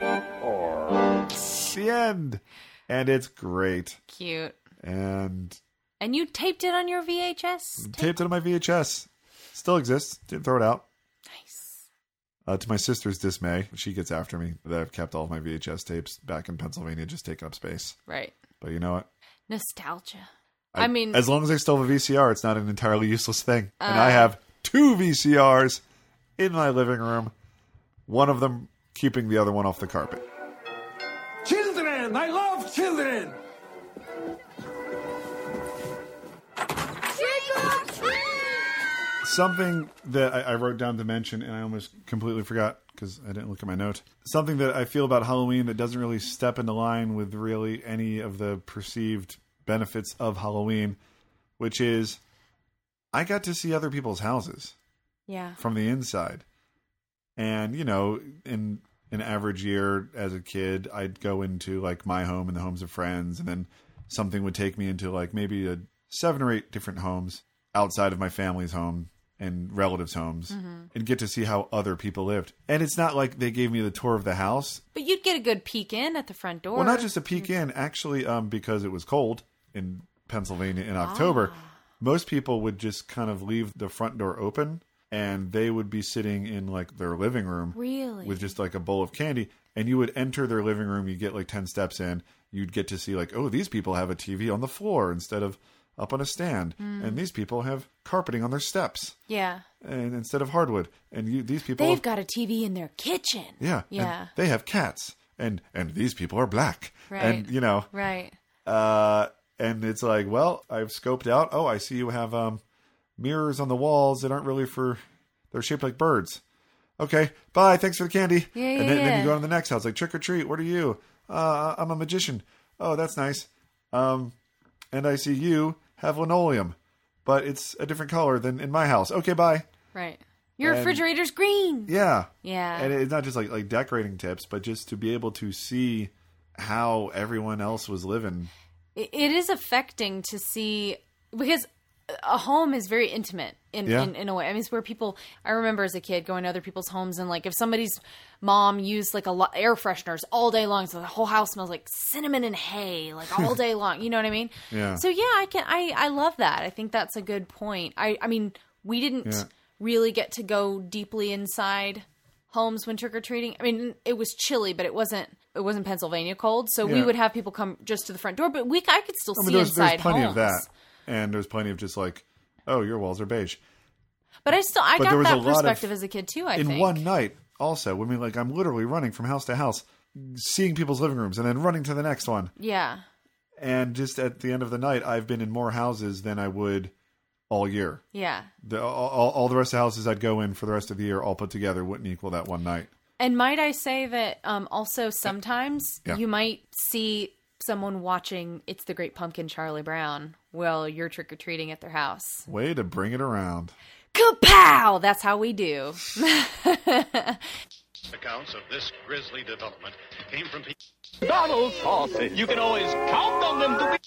Speaker 8: The end. And it's great.
Speaker 9: Cute.
Speaker 8: And
Speaker 9: And you taped it on your VHS?
Speaker 8: taped it on my VHS. Still exists. Didn't throw it out. Nice. Uh, to my sister's dismay, she gets after me that I've kept all of my VHS tapes back in Pennsylvania, just taking up space.
Speaker 9: Right.
Speaker 8: But you know what?
Speaker 9: Nostalgia. I, mean,
Speaker 8: as long as I still have a VCR, it's not an entirely useless thing. and
Speaker 9: Uh.
Speaker 8: I have two VCRs in my living room. One of them keeping the other one off the carpet.
Speaker 22: Children! I love children!
Speaker 8: Something that I, I wrote down to mention and I almost completely forgot because I didn't look at my note. Something that I feel about Halloween that doesn't really step into line with really any of the perceived benefits of Halloween, which is I got to see other people's houses.
Speaker 9: yeah.
Speaker 8: from the inside. And you know, in an average year as a kid, I'd go into like my home and the homes of friends, and then something would take me into like maybe a seven or eight different homes outside of my family's home and relatives' homes,
Speaker 9: Mhm.
Speaker 8: and get to see how other people lived. And it's not like they gave me the tour of the house.
Speaker 9: But you'd get a good peek in at the front door.
Speaker 8: well, not just a
Speaker 9: Hmm.
Speaker 8: peek in, actually, um, because it was cold in Pennsylvania in October.
Speaker 9: Ah.
Speaker 8: Most people would just kind of leave the front door open, and they would be sitting in like their living room,
Speaker 9: Really?
Speaker 8: with just like a bowl of candy. And you would enter their living room. You get like ten steps in. You'd get to see like, oh, these people have a TV on the floor instead of up on a stand,
Speaker 9: Mm.
Speaker 8: and these people have carpeting on their steps,
Speaker 9: yeah.
Speaker 8: and instead of hardwood, and you these people
Speaker 9: They've got a TV in their kitchen.
Speaker 8: yeah, and
Speaker 9: Yeah.
Speaker 8: they have cats, and and these people are black,
Speaker 9: Right.
Speaker 8: and you know,
Speaker 9: Right.
Speaker 8: uh, and it's like, well, I've scoped out. Oh, I see you have um, mirrors on the walls that aren't really for. They're shaped like birds. Okay, bye. Thanks for the candy.
Speaker 9: Yeah,
Speaker 8: and
Speaker 9: yeah,
Speaker 8: then, then
Speaker 9: yeah.
Speaker 8: you go on to the next house, like trick or treat. What are you? Uh, I'm a magician. Oh, that's nice. Um, and I see you have linoleum, but it's a different color than in my house. Okay, bye.
Speaker 9: Right. Your
Speaker 8: And-
Speaker 9: refrigerator's green.
Speaker 8: Yeah.
Speaker 9: Yeah.
Speaker 8: And it's not just like like decorating tips, but just to be able to see how everyone else was living.
Speaker 9: It- it is affecting to see because a home is very intimate in,
Speaker 8: Yeah.
Speaker 9: in, in a way. I mean, it's where people. I remember as a kid going to other people's homes and like if somebody's mom used like a lot air fresheners all day long, so the whole house smells like cinnamon and hay like all day long. You know what I mean?
Speaker 15: Yeah.
Speaker 9: So yeah, I can. I I love that. I think that's a good point. I I mean, we didn't
Speaker 15: Yeah.
Speaker 9: really get to go deeply inside homes when trick or treating. I mean, it was chilly, but it wasn't. It wasn't Pennsylvania cold, so we
Speaker 8: Yeah.
Speaker 9: would have people come just to the front door. But we, I could still
Speaker 8: I
Speaker 9: see
Speaker 8: mean, there's,
Speaker 9: inside
Speaker 8: there's plenty
Speaker 9: homes.
Speaker 8: of that, and there's plenty of just like, oh, your walls are beige.
Speaker 9: But I still, I
Speaker 8: But there
Speaker 9: got
Speaker 8: was a
Speaker 9: that
Speaker 8: lot of-
Speaker 9: perspective as a kid too. I
Speaker 8: in
Speaker 9: think.
Speaker 8: one night, also, I mean, like I'm literally running from house to house, seeing people's living rooms, and then running to the next one.
Speaker 9: yeah.
Speaker 8: And just at the end of the night, I've been in more houses than I would all year.
Speaker 9: Yeah.
Speaker 8: The, all, all- all the rest of the houses I'd go in for the rest of the year, all put together, wouldn't equal that one night.
Speaker 9: And might I say that um, also sometimes
Speaker 8: Yeah.
Speaker 9: you might see someone watching "It's the Great Pumpkin" Charlie Brown while you're trick or treating at their house.
Speaker 8: Way to bring it around.
Speaker 9: Kapow! That's how we do.
Speaker 23: Accounts of this grisly development came from people.
Speaker 13: Donald Sausage. You can always count on them to be.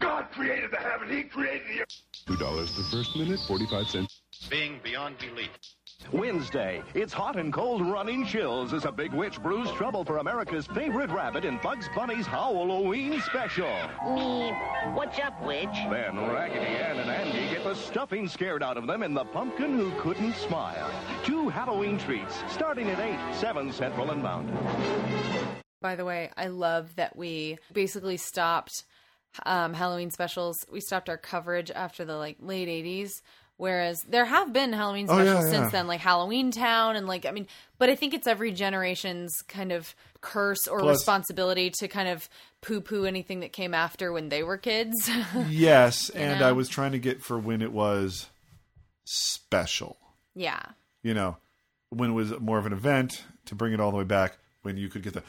Speaker 23: God created the heaven, He created the earth.
Speaker 24: Two dollars the first minute, forty-five cents.
Speaker 23: Being beyond belief.
Speaker 24: Wednesday, it's hot and cold, running chills as a big witch brews trouble for America's favorite rabbit in Bugs Bunny's Halloween special.
Speaker 23: What's up, witch?
Speaker 24: Then Raggedy Ann and Andy get the stuffing scared out of them in the pumpkin who couldn't smile. Two Halloween treats starting at eight, seven Central and Mountain.
Speaker 9: By the way, I love that we basically stopped um, Halloween specials. We stopped our coverage after the like late '80s. Whereas there have been Halloween
Speaker 15: Oh, yeah,
Speaker 9: specials since
Speaker 15: yeah.
Speaker 9: then, like Halloween Town, and like I mean, but I think it's every generation's kind of curse or
Speaker 8: Plus-
Speaker 9: responsibility to kind of poo-poo anything that came after when they were kids.
Speaker 8: yes, and
Speaker 9: know?
Speaker 8: I was trying to get for when it was special.
Speaker 9: Yeah.
Speaker 8: You know, when it was more of an event to bring it all the way back when you could get the.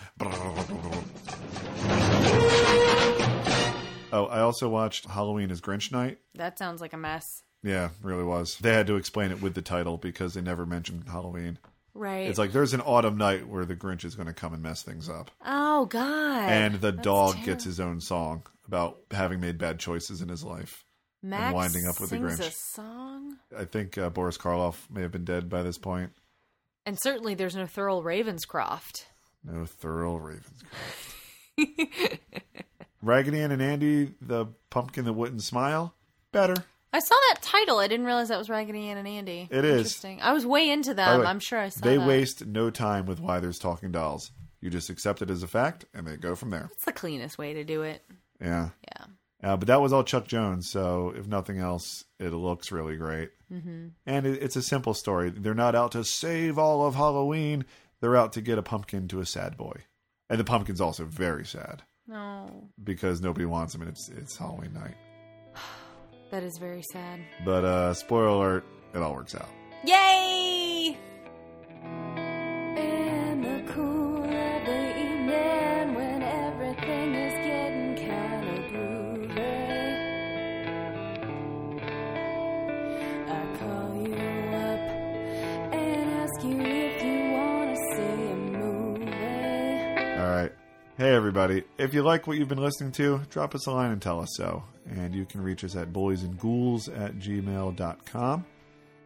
Speaker 8: Oh, I also watched Halloween is Grinch Night.
Speaker 9: That sounds like a mess.
Speaker 8: Yeah, really was. They had to explain it with the title because they never mentioned Halloween.
Speaker 9: Right.
Speaker 8: It's like there's an autumn night where the Grinch is going to come and mess things up.
Speaker 9: Oh God.
Speaker 8: and the
Speaker 9: That's
Speaker 8: dog
Speaker 9: terrible.
Speaker 8: gets his own song about having made bad choices in his life
Speaker 9: Max
Speaker 8: and winding up with the
Speaker 9: sings
Speaker 8: Grinch.
Speaker 9: a song.
Speaker 8: I think uh, Boris Karloff may have been dead by this point.
Speaker 9: And certainly, there's no Thurl Ravenscroft.
Speaker 8: No thorough Ravens. Raggedy Ann and Andy, the pumpkin that wouldn't smile. Better.
Speaker 9: I saw that title. I didn't realize that was Raggedy Ann and Andy.
Speaker 8: It is.
Speaker 9: Interesting. I was way into
Speaker 8: By the
Speaker 9: them.
Speaker 8: way,
Speaker 9: Um, I'm sure I saw
Speaker 8: They
Speaker 9: that.
Speaker 8: waste no time with why there's talking dolls. You just accept it as a fact, and they go from there.
Speaker 9: It's the cleanest way to do it.
Speaker 8: Yeah. Yeah. Uh, but that was all Chuck Jones, so if nothing else, it looks really great.
Speaker 9: Mhm.
Speaker 8: And it, it's a simple story. They're not out to save all of Halloween, they're out to get a pumpkin to a sad boy. And the pumpkin's also very sad
Speaker 9: No,
Speaker 8: because nobody wants him, and it's, it's Halloween night.
Speaker 9: that is very sad.
Speaker 8: But uh, spoiler alert, it all works out.
Speaker 9: Yay!
Speaker 15: In the cool of the evening, when everything is getting kind of groovy, I call you up and ask you if you want to see a movie.
Speaker 8: All right. Hey, everybody. If you like what you've been listening to, drop us a line and tell us so. And you can reach us at boysandghouls at gmail.com.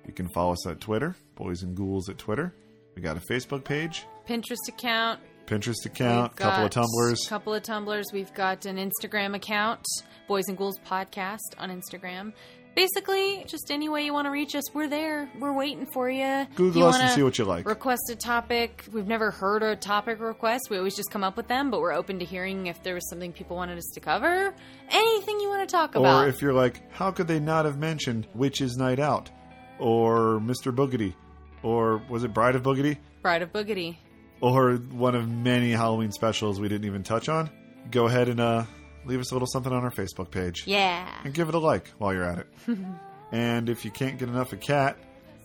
Speaker 8: You can follow us at Twitter, Boys and Ghouls at Twitter. We got a Facebook page,
Speaker 9: Pinterest account.
Speaker 8: Pinterest account,
Speaker 9: We've
Speaker 8: couple of
Speaker 9: got
Speaker 8: Tumblrs.
Speaker 9: A couple of tumblers. We've got an Instagram account, Boys and Ghouls Podcast on Instagram. Basically, just any way you want to reach us, we're there. We're waiting for you.
Speaker 8: Google
Speaker 9: If you
Speaker 8: us and
Speaker 9: wanna
Speaker 8: see what you like.
Speaker 9: Request a topic. We've never heard a topic request. We always just come up with them, but we're open to hearing if there was something people wanted us to cover. Anything you want to talk
Speaker 8: Or
Speaker 9: about.
Speaker 8: if you're like, how could they not have mentioned Witch's Night Out or Mr. Boogedy or was it Bride of Boogedy?
Speaker 9: Bride of Boogedy.
Speaker 8: or one of many Halloween specials we didn't even touch on, go ahead and uh, leave us a little something on our Facebook page.
Speaker 9: Yeah.
Speaker 8: And give it a like while you're at it. and if you can't get enough of Kat,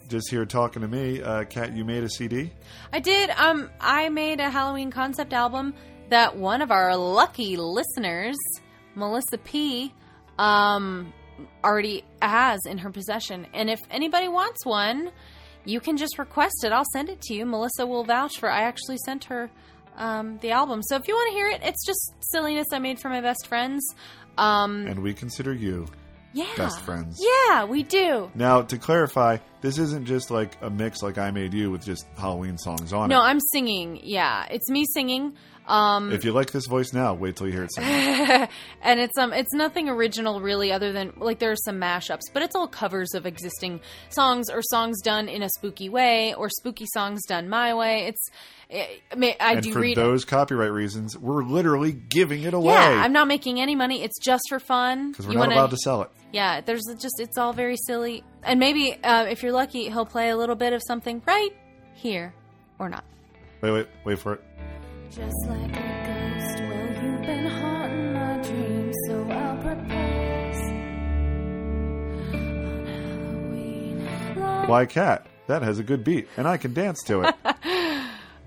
Speaker 8: just here talking to me, uh, Kat, you made a CD.
Speaker 9: I did. Um, I made a Halloween concept album that one of our lucky listeners, Melissa P, um, already has in her possession. And if anybody wants one, you can just request it. I'll send it to you. Melissa will vouch for. I actually sent her um, the album. So if you want to hear it, it's just silliness I made for my best friends. Um,
Speaker 8: And we consider you
Speaker 9: yeah.
Speaker 8: best friends.
Speaker 9: Yeah, we do.
Speaker 8: Now, to clarify, this isn't just like a mix like I Made You with just Halloween songs on
Speaker 9: No,
Speaker 8: it.
Speaker 9: I'm singing. Yeah, it's me singing. Um,
Speaker 8: if you like this voice now, wait till you hear it sing.
Speaker 9: and it's um it's nothing original really other than like there are some mashups but it's all covers of existing songs or songs done in a spooky way or spooky songs done my way it's i I mean, I
Speaker 8: and
Speaker 9: do
Speaker 8: for
Speaker 9: read
Speaker 8: those copyright reasons, we're literally giving it away.
Speaker 9: yeah i'm not making any money it's just for fun
Speaker 8: Because we're
Speaker 9: You
Speaker 8: not
Speaker 9: wanna-
Speaker 8: allowed to sell it.
Speaker 9: yeah there's just it's all very silly and maybe uh, if you're lucky he'll play a little bit of something right here or not
Speaker 8: Wait, wait, wait for it.
Speaker 15: Just like a ghost, well, you've been haunting my dreams, so I'll propose.
Speaker 8: Why, Cat? That has a good beat, and I can dance to it.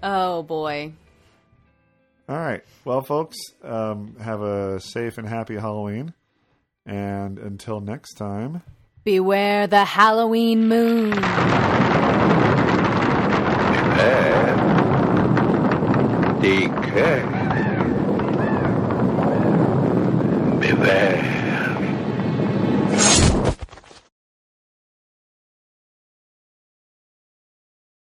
Speaker 9: oh boy
Speaker 8: All right. Well, folks, um, have a safe and happy Halloween. And until next time,
Speaker 9: beware the halloween moon
Speaker 2: Prepare. Decay.